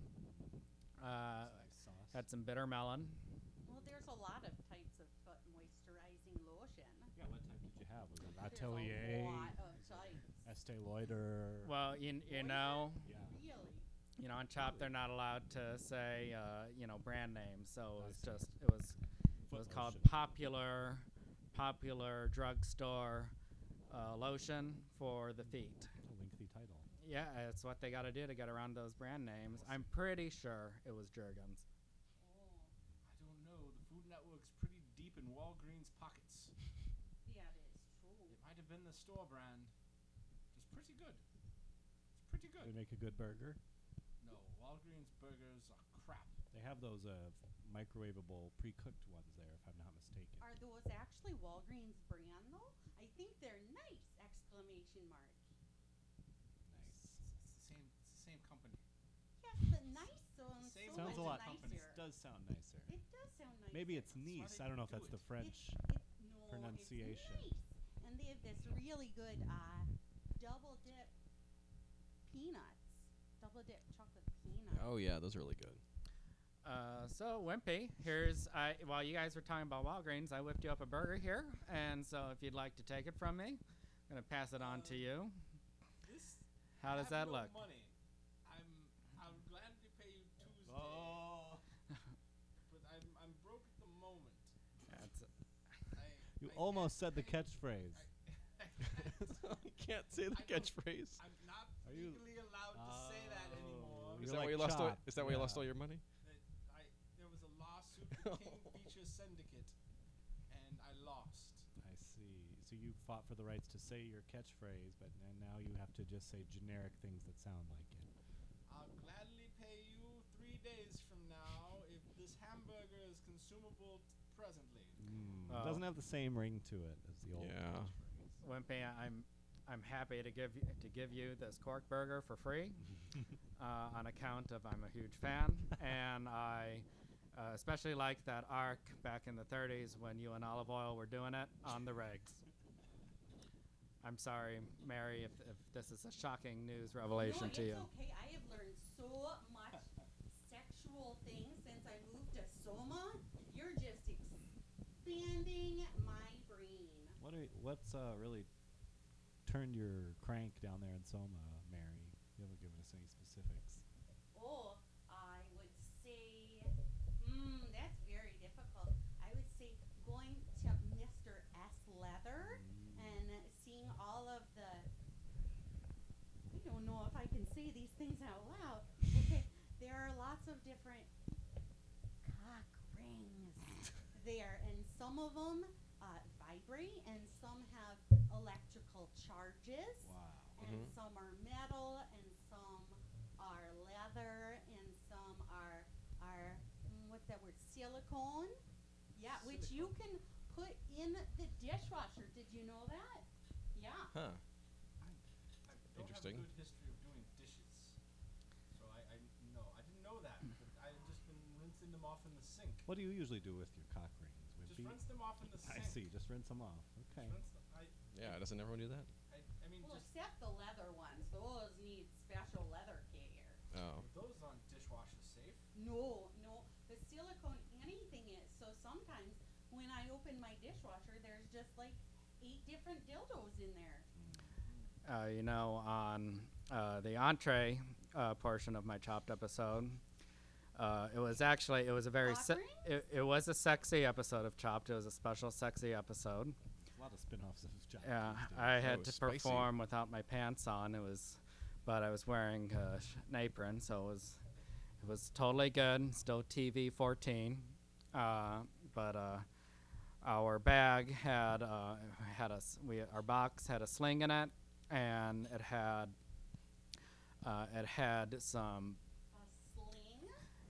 uh, Some sauce. had some bitter melon Well, there's a lot of types of foot moisturizing lotion. yeah, what type did you have? Was it There's Atelier, A lot of types. Estee Lauder? well you, What you is know yeah, Really? you know, on Chop they're not allowed to say uh, you know brand names, so it was I see. just it was it Foot was called lotion. popular popular drugstore uh, lotion for the feet. a lengthy title. Yeah, it's what they got to do to get around those brand names. I'm pretty sure it was Jergens. Oh, I don't know. The Food Network's pretty deep in Walgreens pockets. That is true. It might have been the store brand. It's pretty good. It's pretty They good. make a good burger. No, Walgreens burgers are crap. They have those uh, microwavable, pre-cooked ones there, if I'm not mistaken. Are those actually Walgreens brand though? I think they're nice! Exclamation mark. Nice. It's the same, it's the same company. Yes, but nice sounds Same so Sounds a lot. much nicer. It does sound nicer. It does sound nice. Maybe it's why Nice. I they don't know if do that's it. the French. It, no, pronunciation. It's nice. And they have this really good uh, double dip peanuts, double dip chocolate peanuts. Oh yeah, those are really good. Uh, so Wimpy, here's I, while you guys were talking about Walgreens, I whipped you up a burger here, and so if you'd like to take it from me, I'm gonna pass it on to you. This. How does that look? Money. I'm. I'll gladly pay you Tuesday. Oh. but I'm. I'm broke at the moment. That's I, You I almost said the can't catchphrase. pay- I- you can't say the I don't- catchphrase. I'm not Are you? legally allowed to say that anymore. Oh. Is You're that why like you lost all? Chop. Is that why you lost Yeah. all your money? I, there was a lawsuit with King Features Syndicate, and I lost. I see. So you fought for the rights to say your catchphrase, but and now you have to just say generic things that sound like it. I'll gladly pay you three days from now if this hamburger is consumable t- presently. Mm. Oh. It doesn't have the same ring to it as the old. Yeah. Wimpy, I'm I'm happy to give y- to give you this cork burger for free, uh, on account of I'm a huge fan, and I uh, especially like that arc back in the '30s when you and Olive Oil were doing it on the regs. I'm sorry, Mary, if, if this is a shocking news revelation no, to you. It's okay. I have learned so much sexual things since I moved to Soma. You're just expanding my brain. What are y- what's uh, really turned your crank down there in Soma, Mary? You haven't given us any specifics. Oh, I would say, hmm, that's very difficult. I would say going to Mr. S Leather and seeing all of the. I don't know if I can say these things out loud. Okay, there are lots of different cock rings there, and some of them uh, vibrate, and some have electrical charges Wow. and Mhm. some are metal, and some are leather, and some are are mm, what's that word? Silicone. Yeah, which you can put in the dishwasher. Did you know that? Yeah. Huh. I don't Interesting. have a good history of doing dishes, so I, I no, I didn't know that. But I had just been rinsing them off in the sink. What do you usually do with your cock rings, Just Wimpy? rinse them off in the I sink. see. Just rinse them off. Okay. Just rinse them. I, Yeah. Doesn't everyone do that? I, I mean, Well, just except the leather ones. Those need special leather care. Oh. those aren't dishwasher safe. No, no. The silicone, anything is. So sometimes when I open my dishwasher, there's just like eight different dildos in there. uh, you know, on uh, the entree uh, portion of my Chopped episode. Uh, it was actually it was a very se- Offering? it, it was a sexy episode of Chopped. It was a special sexy episode. A lot of spin-offs of Job. Yeah, these days. I had Oh, to spicy. perform without my pants on. It was, but I was wearing uh, sh- an apron, so it was it was totally good. Still TV 14, uh, but uh, our bag had uh, had a s- we our box had a sling in it, and it had uh, it had some A sling.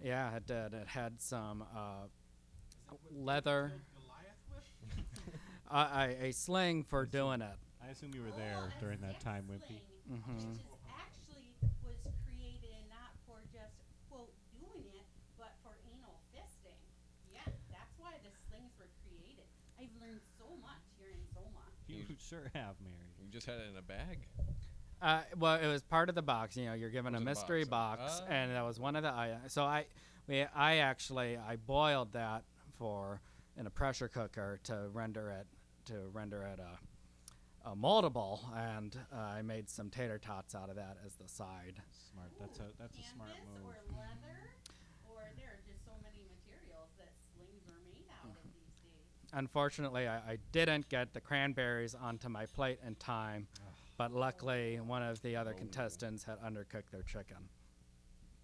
yeah it did it had some uh, Is it what leather killed Goliath with? uh, I, a sling for doing it. I assume you were Oh, there a during that sex time, Wimpy. sling, Mhm. Which is actually was created not for just quote doing it, but for anal fisting. Yeah, that's why the slings were created. I've learned so much here in Soma. You sure have, Mary. You just had it in a bag. Uh, well, it was part of the box. You know, you're given Was a it a mystery box? box, Uh. Oh. and that was one of the items. So I, we, I actually, I boiled that for in a pressure cooker to render it to render it a, a moldable, and uh, I made some tater tots out of that as the side. Smart. That's a Ooh, that's a smart Canvas move. or leather, or there are just so many materials that slings are made out of these days. Unfortunately, I, I didn't get the cranberries onto my plate in time, but luckily one of the other Oh. contestants had undercooked their chicken.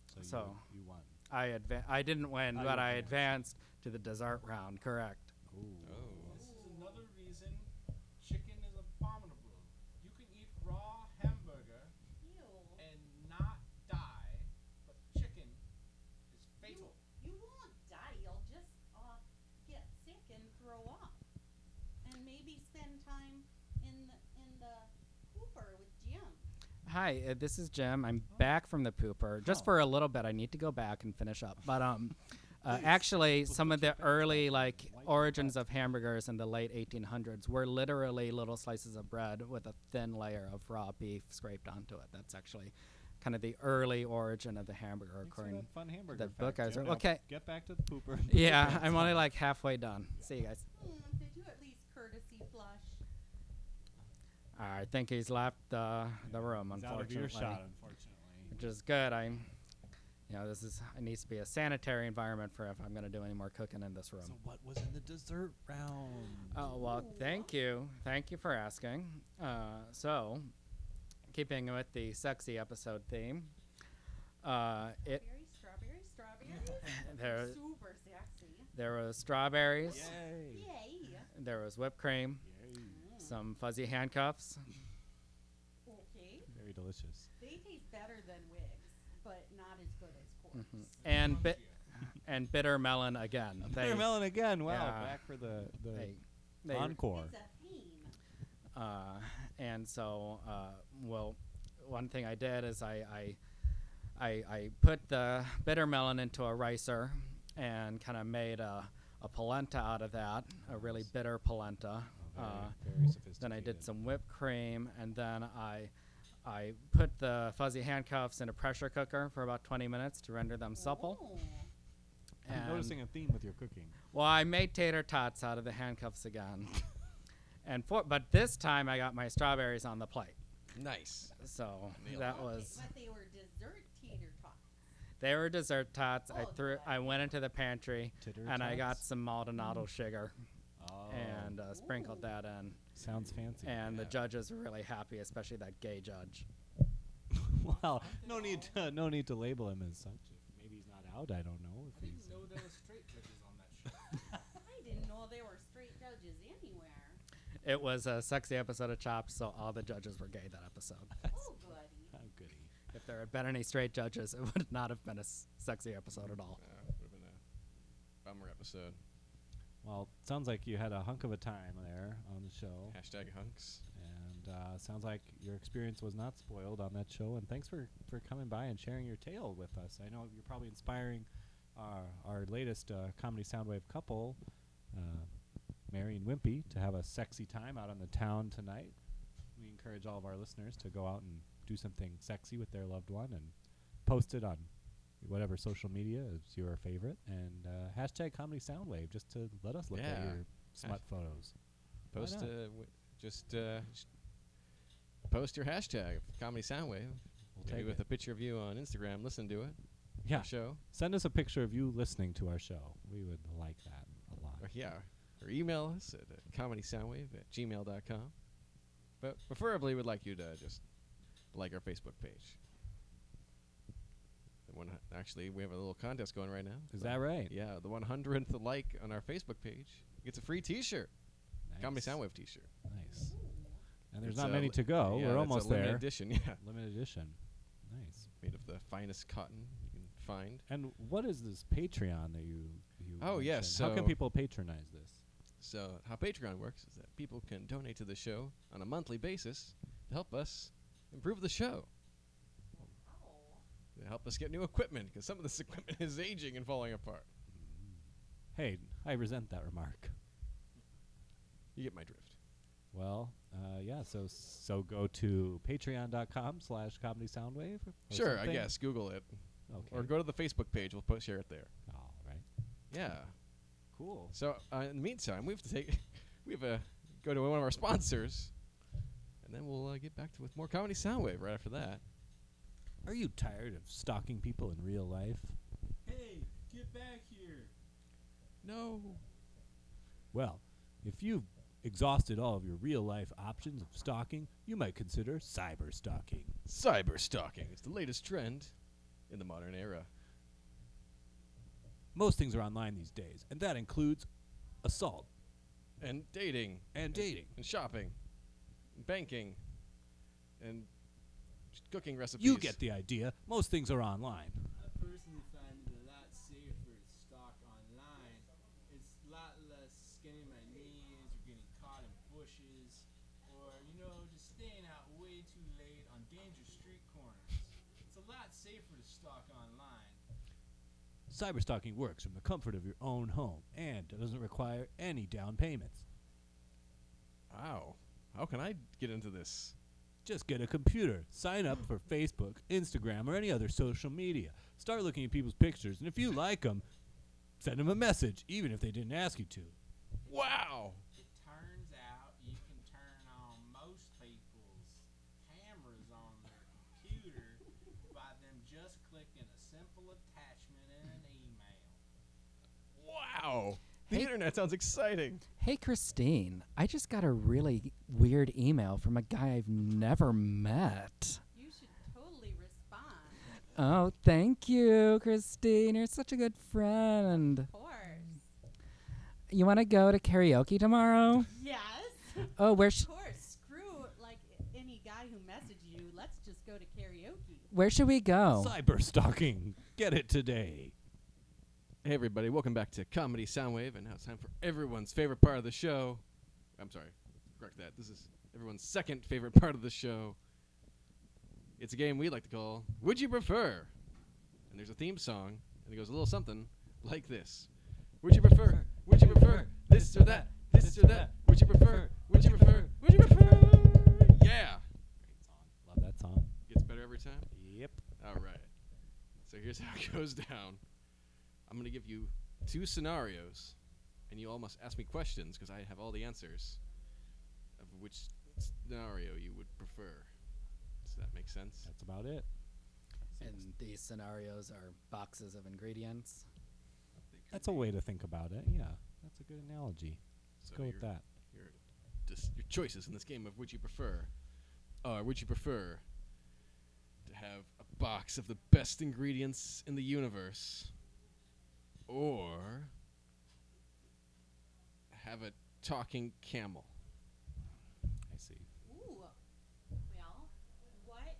So, So- you, you won. I adva- I didn't win, Oh, you but I advanced. advanced to the dessert round. Correct. Ooh. Oh. This is another reason chicken is abominable. You can eat raw hamburger Ew, and not die, but chicken is fatal. you won't die. You'll just uh, get sick and throw up, and maybe spend time in the in the Hooper with Jim. Hi, uh, this is Jim. I'm back from the pooper. Oh. Just for a little bit, I need to go back and finish up. But um, uh, actually, some of the early like origins of hamburgers in the late 1800s were literally little slices of bread with a thin layer of raw beef scraped onto it. That's actually kind of the early origin of the hamburger. Thanks for According, that fun hamburger. the fact, book I was Jim. re- Now okay. Get back to the pooper. and put your yeah, pants I'm on. only like halfway done. See you guys. Hmm, did you at least courtesy flush? I think he's left the the room. He's out of Unfortunately, earshot, unfortunately. which is good. I'm, you know, this is it needs to be a sanitary environment for if I'm going to do any more cooking in this room. So what was in the dessert round? Uh, Oh well, thank you, thank you for asking. Uh, so, keeping with the sexy episode theme, uh, it Strawberry, strawberry, strawberry. There- Super sexy. there was strawberries, Yay. Yay. Hmm. there was whipped cream, some fuzzy handcuffs. Okay. Very delicious. They taste better than wigs, but not as good as corks. Mm-hmm. and bit and bitter melon again. They, Peter Mellon again. Wow, yeah. back for the, they, the they, encore. It's a theme. uh, and so, uh, well, one thing I did is I, I, I, I put the bitter melon into a ricer and kind of made a, a polenta out of that, a really Nice. bitter polenta. Very, Uh, very sophisticated. then I did some whipped cream, and then I, I put the fuzzy handcuffs in a pressure cooker for about 20 minutes to render them supple. Oh. I'm and- noticing a theme with your cooking. Well, I made tater tots out of the handcuffs again, and for, but this time I got my strawberries on the plate. Nice. So Nailed that Okay, was But they were dessert tater tots. they were dessert tots. I Oh, threw yeah. I went into the pantry Titter and I got tots? some Maldonado sugar Oh, and uh, sprinkled Ooh. that in, sounds fancy. and the Yeah. judges were really happy, especially that gay judge. wow, no need to, no need to label him as such. If maybe he's not out. I don't know if I didn't he's. know there were straight judges on that show. I didn't know they were straight judges anywhere. It was a sexy episode of Chops, so all the judges were gay that episode. Oh, goody. Oh, goody. if there had been any straight judges, it would not have been a s- sexy episode at all. Uh, would have been a bummer episode. Well, sounds like you had a hunk of a time there on the show, Hashtag hunks. and uh, sounds like your experience was not spoiled on that show. And thanks for for coming by and sharing your tale with us. I know you're probably inspiring our our latest uh, comedy soundwave couple, uh, Mary and Wimpy, to have a sexy time out on the town tonight. We encourage all of our listeners to go out and do something sexy with their loved one and post it on whatever social media is your favorite and uh, hashtag comedy soundwave just to let us look at Yeah. your smut photos. Why Post not? uh, w- just uh, sh- post your hashtag comedy soundwave. We'll Maybe take with it. a picture of you on Instagram. Listen to it. Yeah. Show. Send us a picture of you listening to our show. We would like that a lot. Or, yeah. Or email us at uh, comedysoundwave at gmail.com. But preferably, we'd like you to just like our Facebook page. The one, hu- actually, we have a little contest going right now. Is So- that right? Yeah, the 100th like on our Facebook page gets a free T-shirt, Comedy Nice. Soundwave T-shirt. Nice. And there's It's not a many li- to go. yeah, We're it's almost a limited there. Edition, yeah, Limited edition. Nice. made of the finest cotton you can find. And what is this Patreon that you? you Oh, yes, mentioned? how can so- people patronize this? So how Patreon works is that people can donate to the show on a monthly basis to help us improve the show, Oh. to help us get new equipment because some of this equipment is aging and falling apart. Hey, I resent that remark. You get my drift. Well, uh, yeah. So so go to Patreon.com/slash Comedy Soundwave. or sure, I something? guess Google it Okay. or go to the Facebook page. We'll post share it there. All right. Yeah. Cool. So uh, in the meantime, we have to take, we have a go to one of our sponsors, and then we'll uh, get back to with more comedy Soundwave right after that. Are you tired of stalking people in real life? Hey, get back here. No. Well, if you've exhausted all of your real life options of stalking, you might consider cyber stalking. Cyber stalking is the latest trend in the modern era. Most things are online these days, and that includes assault And dating. and dating. And shopping. And banking. And j- cooking recipes. You get the idea. Most things are online. I personally find it a lot safer to stalk online. It's a lot less skinning my knees or getting caught in bushes or, you know, just staying out way too late on dangerous street corners. It's a lot safer to stalk online. Cyber stalking works from the comfort of your own home and doesn't require any down payments. Wow. How can I get into this? Just get a computer, sign up for Facebook, Instagram, or any other social media. Start looking at people's pictures, and if you like them, send them a message, even if they didn't ask you to. Wow. It turns out you can turn on most people's cameras on their computer by them just clicking a simple attachment in an email. Wow. The Hey. internet sounds exciting. Hey, Christine, I just got a really weird email from a guy I've never met. You should totally respond. Oh, thank you, Christine. You're such a good friend. Of course. You want to go to karaoke tomorrow? Yes. Oh, where Of sh- course. Screw like any guy who messaged you. Let's just go to karaoke. where should we Oh. go? Cyber stalking. Get it today. Hey, everybody, welcome back to Comedy Soundwave, and now it's time for everyone's favorite part of the show. I'm sorry, correct that. This is everyone's second favorite part of the show. It's a game we like to call Would You Prefer? And there's a theme song, and it goes a little something like this Would you prefer? Would you prefer? This or that? This or that? Would you prefer? Would you prefer? Would you prefer? Yeah! Love that song. Gets better every time. Yep. All right. So here's how it goes down. I'm going to give you two scenarios, and you all must ask me questions because I have all the answers of which scenario you would prefer. Does that make sense? That's about it. And these scenarios are boxes of ingredients. That's a way to think about it. Yeah. That's a good analogy. Let's So go with you're- that. Your, dis- your choices in this game of would you prefer are would you prefer to have a box of the best ingredients in the universe or have a talking camel? I see. Ooh. Well, what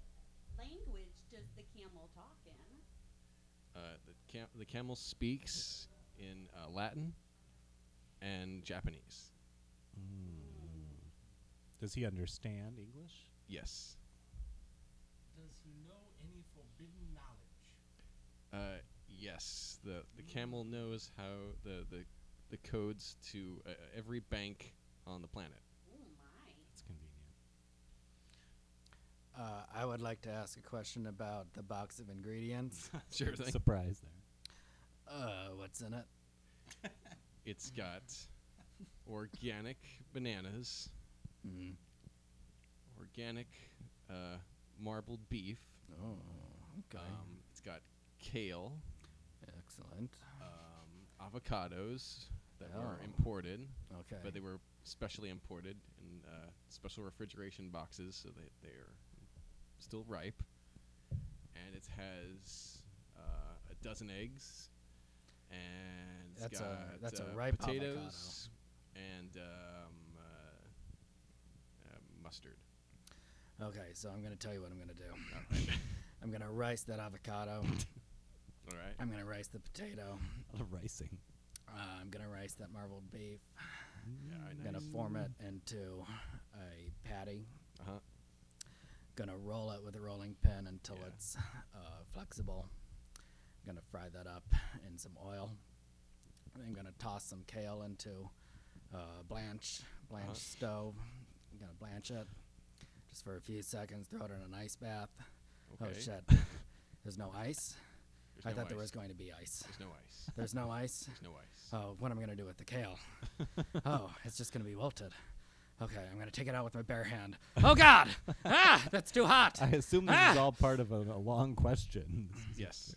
language does the camel talk in? uh, the, cam- the camel speaks in uh, Latin and Japanese. Mm. Does he understand English? Yes. Does he know any forbidden knowledge? Uh, yes. The the camel knows how the the, the codes to uh, every bank on the planet. Oh my. That's convenient. Uh, I would like to ask a question about the box of ingredients. sure thing. Surprise there. uh, what's in it? it's got organic bananas, Mm. organic uh, marbled beef. Oh, okay. Um, it's got kale, Excellent. um, avocados that were Oh. imported. Okay. but they were specially imported in uh, special refrigeration boxes, so that they are still ripe. And it has uh, a dozen eggs, and it's That's a- got that's a uh, ripe potatoes and um, uh, uh, mustard. okay, so I'm going to tell you what I'm going to do. I'm going to rice that avocado. All right. I'm going to rice the potato. A lot of ricing. Uh, I'm going to rice that marbled beef. Yeah, all right, I'm going to nice. form it into a patty. Uh-huh. Gonna roll it with a rolling pin until Yeah. it's uh, flexible. gonna fry that up in some oil. And I'm gonna toss some kale into uh, blanch blanch Uh-huh. stove. I'm gonna blanch it just for a few seconds. Throw it in an ice bath. Okay. Oh shit! There's no ice. There's I no thought ice. there was going to be ice. There's no ice. There's no ice. There's no ice. Oh, what am I gonna do with the kale? oh, it's just gonna be wilted. Okay, I'm gonna take it out with my bare hand. Oh God! ah, that's too hot. I assume this is all part of a, a long question. yes.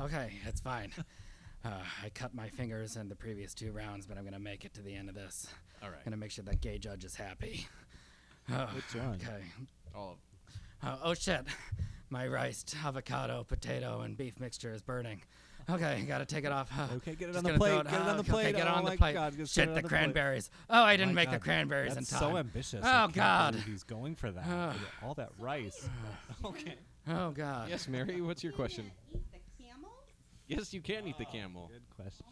okay, it's fine. Uh, I cut my fingers in the previous two rounds, but I'm gonna make it to the end of this. All I'm right. gonna make sure that gay judge is happy. Oh, Which one? Okay. All of Oh, oh shit! My rice, avocado, potato, and beef mixture is burning. Okay, gotta take it off. Uh, Okay, get it just on the gonna throw plate, get it uh, on the okay, plate, get it oh on my the plate. God, just get it Shit, on the the plate. cranberries. Oh, I didn't My make the God, cranberries That's in time. so ambitious. I Oh can't God. believe he's going for that. Ah. with all that rice. okay. Oh God. Yes, Uh, Mary. What's your You question? can't Eat the camel? Yes, you can eat the camel. Good question.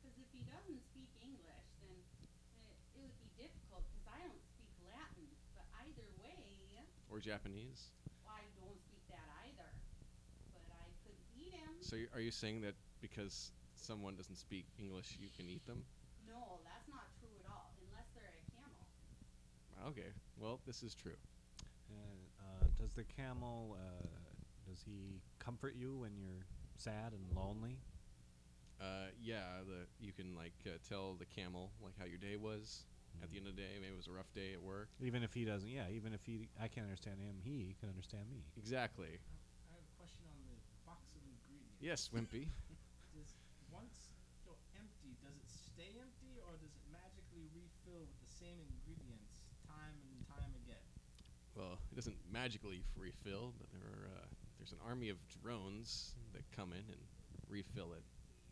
Because if he doesn't speak English, then it, it would be difficult because I don't speak Latin. But either way, Or Japanese. well, I don't speak that either. But I could eat him. So you- are you saying that because someone doesn't speak English, you can eat them? No, that's not true at all, unless they're a camel. Okay. Well, this is true. Uh, uh, does the camel, uh, does he comfort you when you're sad and lonely? Uh, yeah, the you can like uh, tell the camel like how your day was at the end of the day. Maybe it was a rough day at work. Even if he doesn't, yeah, even if he, I can't understand him, he can understand me. Exactly. I have a question on the box of ingredients. Yes, Wimpy. Does once you empty, does it stay same ingredients time and time again. Well, it doesn't magically refill, but there are uh, there's an army of drones that come in and refill it.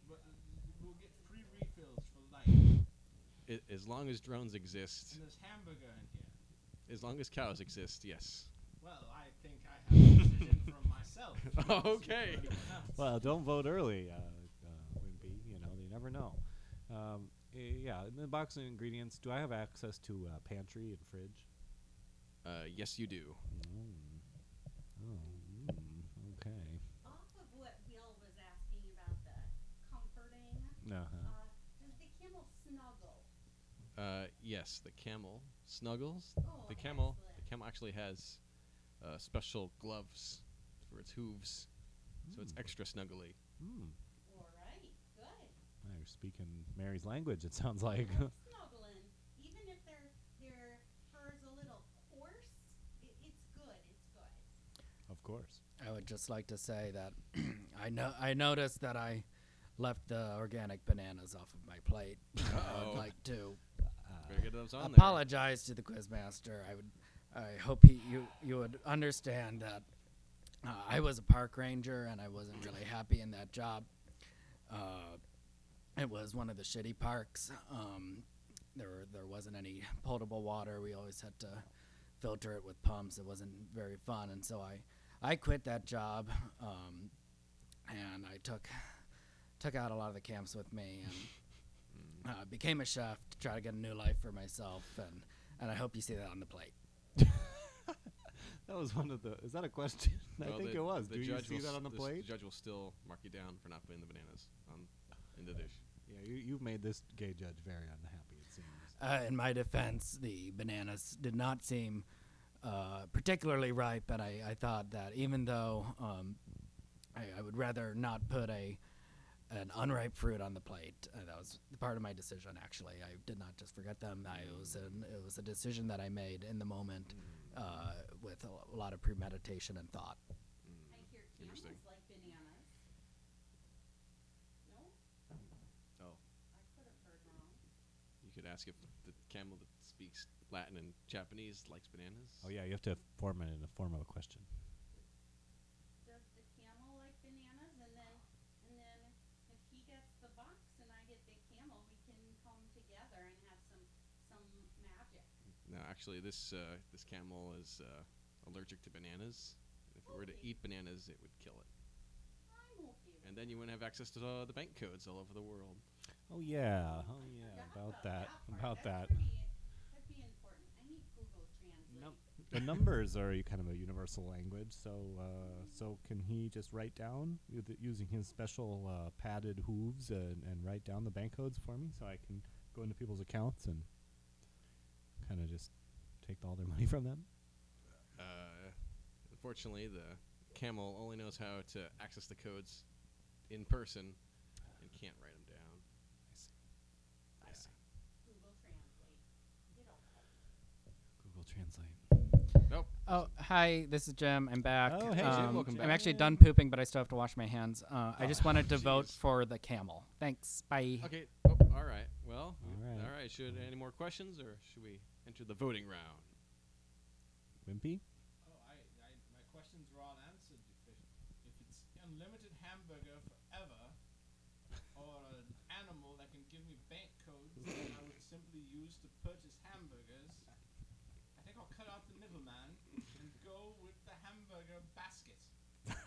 But uh, we'll get free refills for life. And I- as long as drones exist, there's hamburger in here. as long as cows exist, yes. Well, I think I have a decision from myself. not a decision Okay. from anyone else. Oh, Well, don't vote early, uh, uh, Wimpy. You know, you never know. Um, eh, yeah, and the box of ingredients. Do I have access to uh, pantry and fridge? Uh, yes, you do. Mm. Oh, mm, okay. Off of what Will was asking about the comforting, Uh-huh. uh, does the camel snuggle? Uh, yes, the camel snuggles. Oh, the camel, excellent. the camel actually has uh, special gloves for its hooves, so Hmm. it's extra snuggly. Mm. All right, good. Now You're speaking Mary's language. It sounds like. They're snuggling, even if their their fur is a little coarse, it, it's good. It's good. of course. I would just like to say that I know I noticed that I left the organic bananas off of my plate. I Uh-oh. would like to Ah. Better get those on there. apologize to the quizmaster. I would I hope he, you you would understand that uh, I was a park ranger and I wasn't really happy in that job. Uh, it was one of the shitty parks. Um, there were, there wasn't any potable water. We always had to filter it with pumps. It wasn't very fun, and so I I quit that job. Um, and I took took out a lot of the camps with me and uh, became a chef to try to get a new life for myself, and, and I hope you see that on the plate. That was one of the. Is that a question? I Well, think the- it was. the Do you judge see will that s- on the s- plate? judge will still mark you down for not putting the bananas on in the dish. Yeah, you, you've made this gay judge very unhappy. It seems. Uh, in my defense, the bananas did not seem uh, particularly ripe, and I, I thought that even though um, I, I would rather not put a an unripe fruit on the plate, uh, that was part of my decision. Actually, I did not just forget them. I, it was an, it was a decision that I made in the moment uh, with a lo- a lot of premeditation and thought. Mm, I hear camels Mm-hmm. Interesting. like bananas. Oh, No, I could have heard wrong. you could ask if the camel that speaks Latin and Japanese likes bananas. Oh yeah, you have to form it in the form of a question. Does the camel like bananas? And then, and then, if he gets the box and I get the camel, we can come together and have some some magic. No, actually, this uh, this camel is uh, allergic to bananas. If it were to eat bananas, it would kill it. I'm okay. with And then you wouldn't have access to uh, the bank codes all over the world. Oh yeah. Oh I yeah. forgot About that. part. About that. That's pretty- that'd be important. I need Google Translate. Nope. the numbers are a kind of a universal language. So, uh, so can he just write down with it- using his special uh, padded hooves and, and write down the bank codes for me, so I can go into people's accounts and kind of just take all their money from them? Uh, unfortunately, the camel only knows how to access the codes in person and can't write them down. I see. I see. Google Translate. It'll help. Google Translate. Nope. Oh, hi, this is Jim. I'm back. Oh, hey, Jim. Um, Welcome back. I'm actually done pooping, but I still have to wash my hands. Uh, I just wanted to vote jeez. for the camel. Thanks. Bye. Okay. Oh, all right. Well. All All right. right. Should any more questions, or should we enter the voting round? Wimpy. Oh, I, I, my questions were all answered. If, it- if it's unlimited hamburger forever, or an animal that can give me bank codes that I would simply use to purchase hamburgers, I think I'll cut out the middleman and go with the hamburger basket.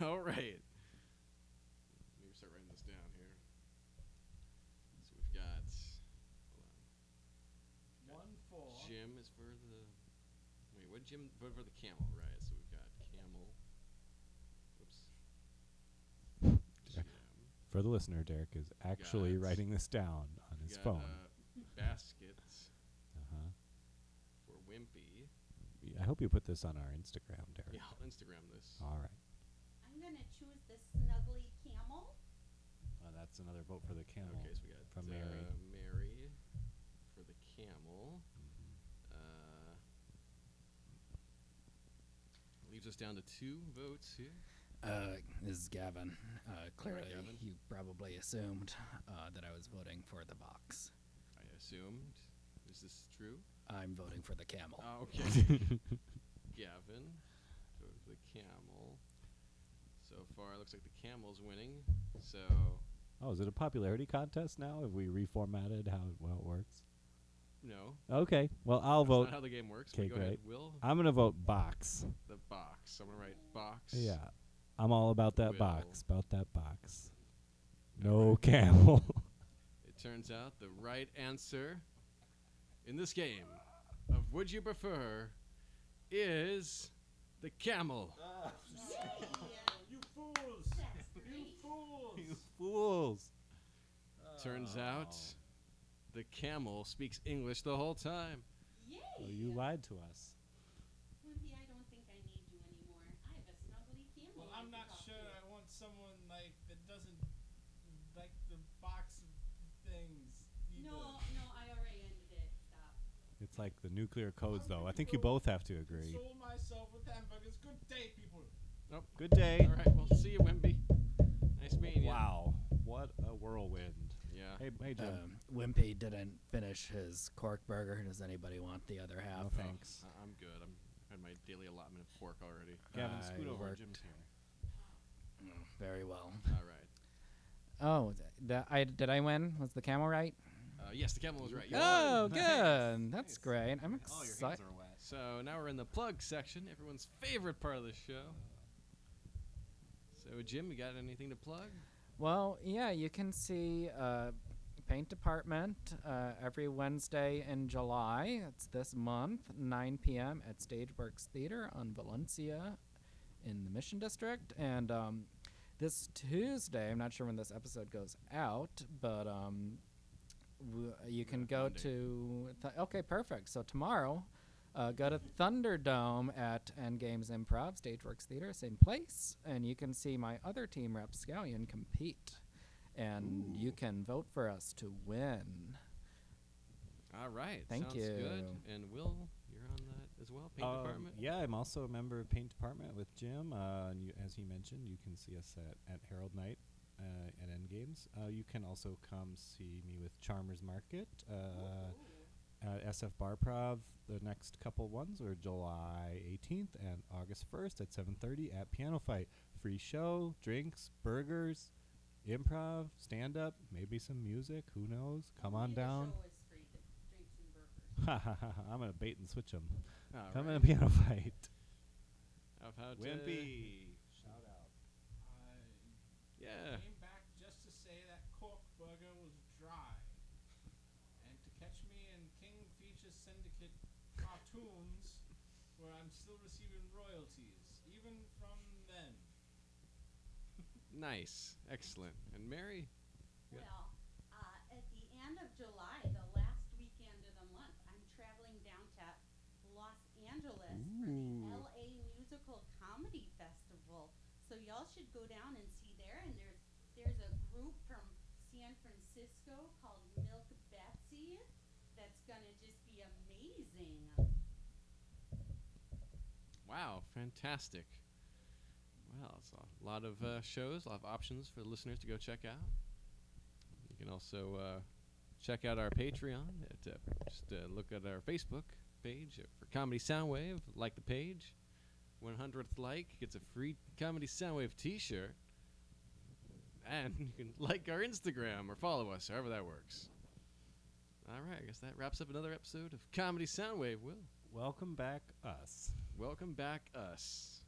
all right. Let me start writing this down here. So we've got. Hold One for on. Jim is for the. Wait, what? Jim voted for the camel, right? So we've got camel. Oops. Jim. For the listener, Derek is actually Got it. writing this down on We his got, phone. Uh, baskets Uh-huh. for Wimpy. Y- I hope you put this on our Instagram, Derek. Yeah, I'll Instagram this. All right. I'm gonna choose the snuggly camel. Uh, that's another vote for the camel. Okay, so we got from uh, Mary. Mary for the camel. Mm-hmm. Uh, leaves us down to two votes here. Uh, this is Gavin. Uh, clearly, Gavin. you probably assumed uh, that I was voting for the box. I assumed. Is this true? I'm voting for the camel. Oh, okay. Gavin, vote for the camel. So far, it looks like the camel's winning. So, Oh, is it a popularity contest now? Have we reformatted how it, well it works? no. Okay. Well, I'll That's vote. not how the game works. but Okay, go ahead, great. Uh, Will. I'm gonna vote box. The box. I'm going to write box. Yeah. I'm all about that Will. box. About that box. No camel. It turns out the right answer in this game of Would You Prefer is the camel. Ah, You fools! You fools! Fools. Turns out the camel speaks English the whole time. Well, Oh, you lied to us. Wimpy, I don't think I need you anymore. I have a snuggly camel. Well, I I'm can not talk sure. to. I want someone like that doesn't like the box of things. Either. No, no, I already ended it. Stop. It's like the nuclear codes, though. I think you both have to agree. Console myself with hamburgers. Good day, people. Good day. All right, well, see you, Wimby. Nice meeting Wow. What a whirlwind. you. Yeah. Hey, hey, Jim. Uh, Um, Wimpy didn't finish his cork burger. Does anybody want the other half? no thanks. I- I'm good. I'm I had my daily allotment of pork already. Uh, Gavin, I scoot over. worked Jim's here. Very well. All right. Oh, th- the, I, did I win? Was the camel right? Uh, yes, the camel was right. You won. Oh, good. That's great. I'm All your hands excited. are wet. So now we're in the plug section, everyone's favorite part of the show. So Jim, you got anything to plug? Well, yeah, you can see uh, Paint Department uh, every Wednesday in July. It's this month, 9 p.m. at Stageworks Theater on Valencia in the Mission District. And um, this Tuesday, I'm not sure when this episode goes out, but um, w- you can go Monday. to. Th- okay, perfect. So tomorrow. Uh, go to Thunderdome at Endgames Improv, Stageworks Theater, same place, and you can see my other team, Rapscallion, compete. And you can vote for us to win. All right. Thank sounds good. you. And Will, you're on that as well, paint Um, department. Yeah, I'm also a member of Paint Department with Jim. Uh, and you, as he mentioned, you can see us at, at Herald Night uh, at Endgames. Uh, you can also come see me with Charmers Market uh, at SF Bar Prov. The next couple ones are July 18th and August 1st at 7:30 at Piano Fight. Free show, drinks, burgers, improv, stand up, maybe some music. Who knows? Come on Only the down. show is free to drinks and burgers. I'm gonna bait and switch them. All Come right. in a piano fight. Of how to- uh, Shout out. I Yeah. came back just to say that cork burger was dry, and to catch me in King Feature Syndicate cartoons, where I'm still receiving royalties, even from them. Nice. Excellent. And Mary? Yeah. Well, uh, at the end of July, the last weekend of the month, I'm traveling down to Los Angeles Ooh. for the LA Musical Comedy Festival. So y'all should go down and see there. And there's there's a group from San Francisco called Milk Betsy that's gonna just be amazing. Wow, fantastic. Well, it's a lot of uh, shows, a lot of options for listeners to go check out. You can also uh, check out our Patreon. At, uh, just uh, look at our Facebook page uh, for Comedy Soundwave. Like the page. 100th like gets a free Comedy Soundwave t shirt. And you can like our Instagram or follow us, however that works. All right, I guess that wraps up another episode of Comedy Soundwave. Will, Welcome back, us. welcome back, us.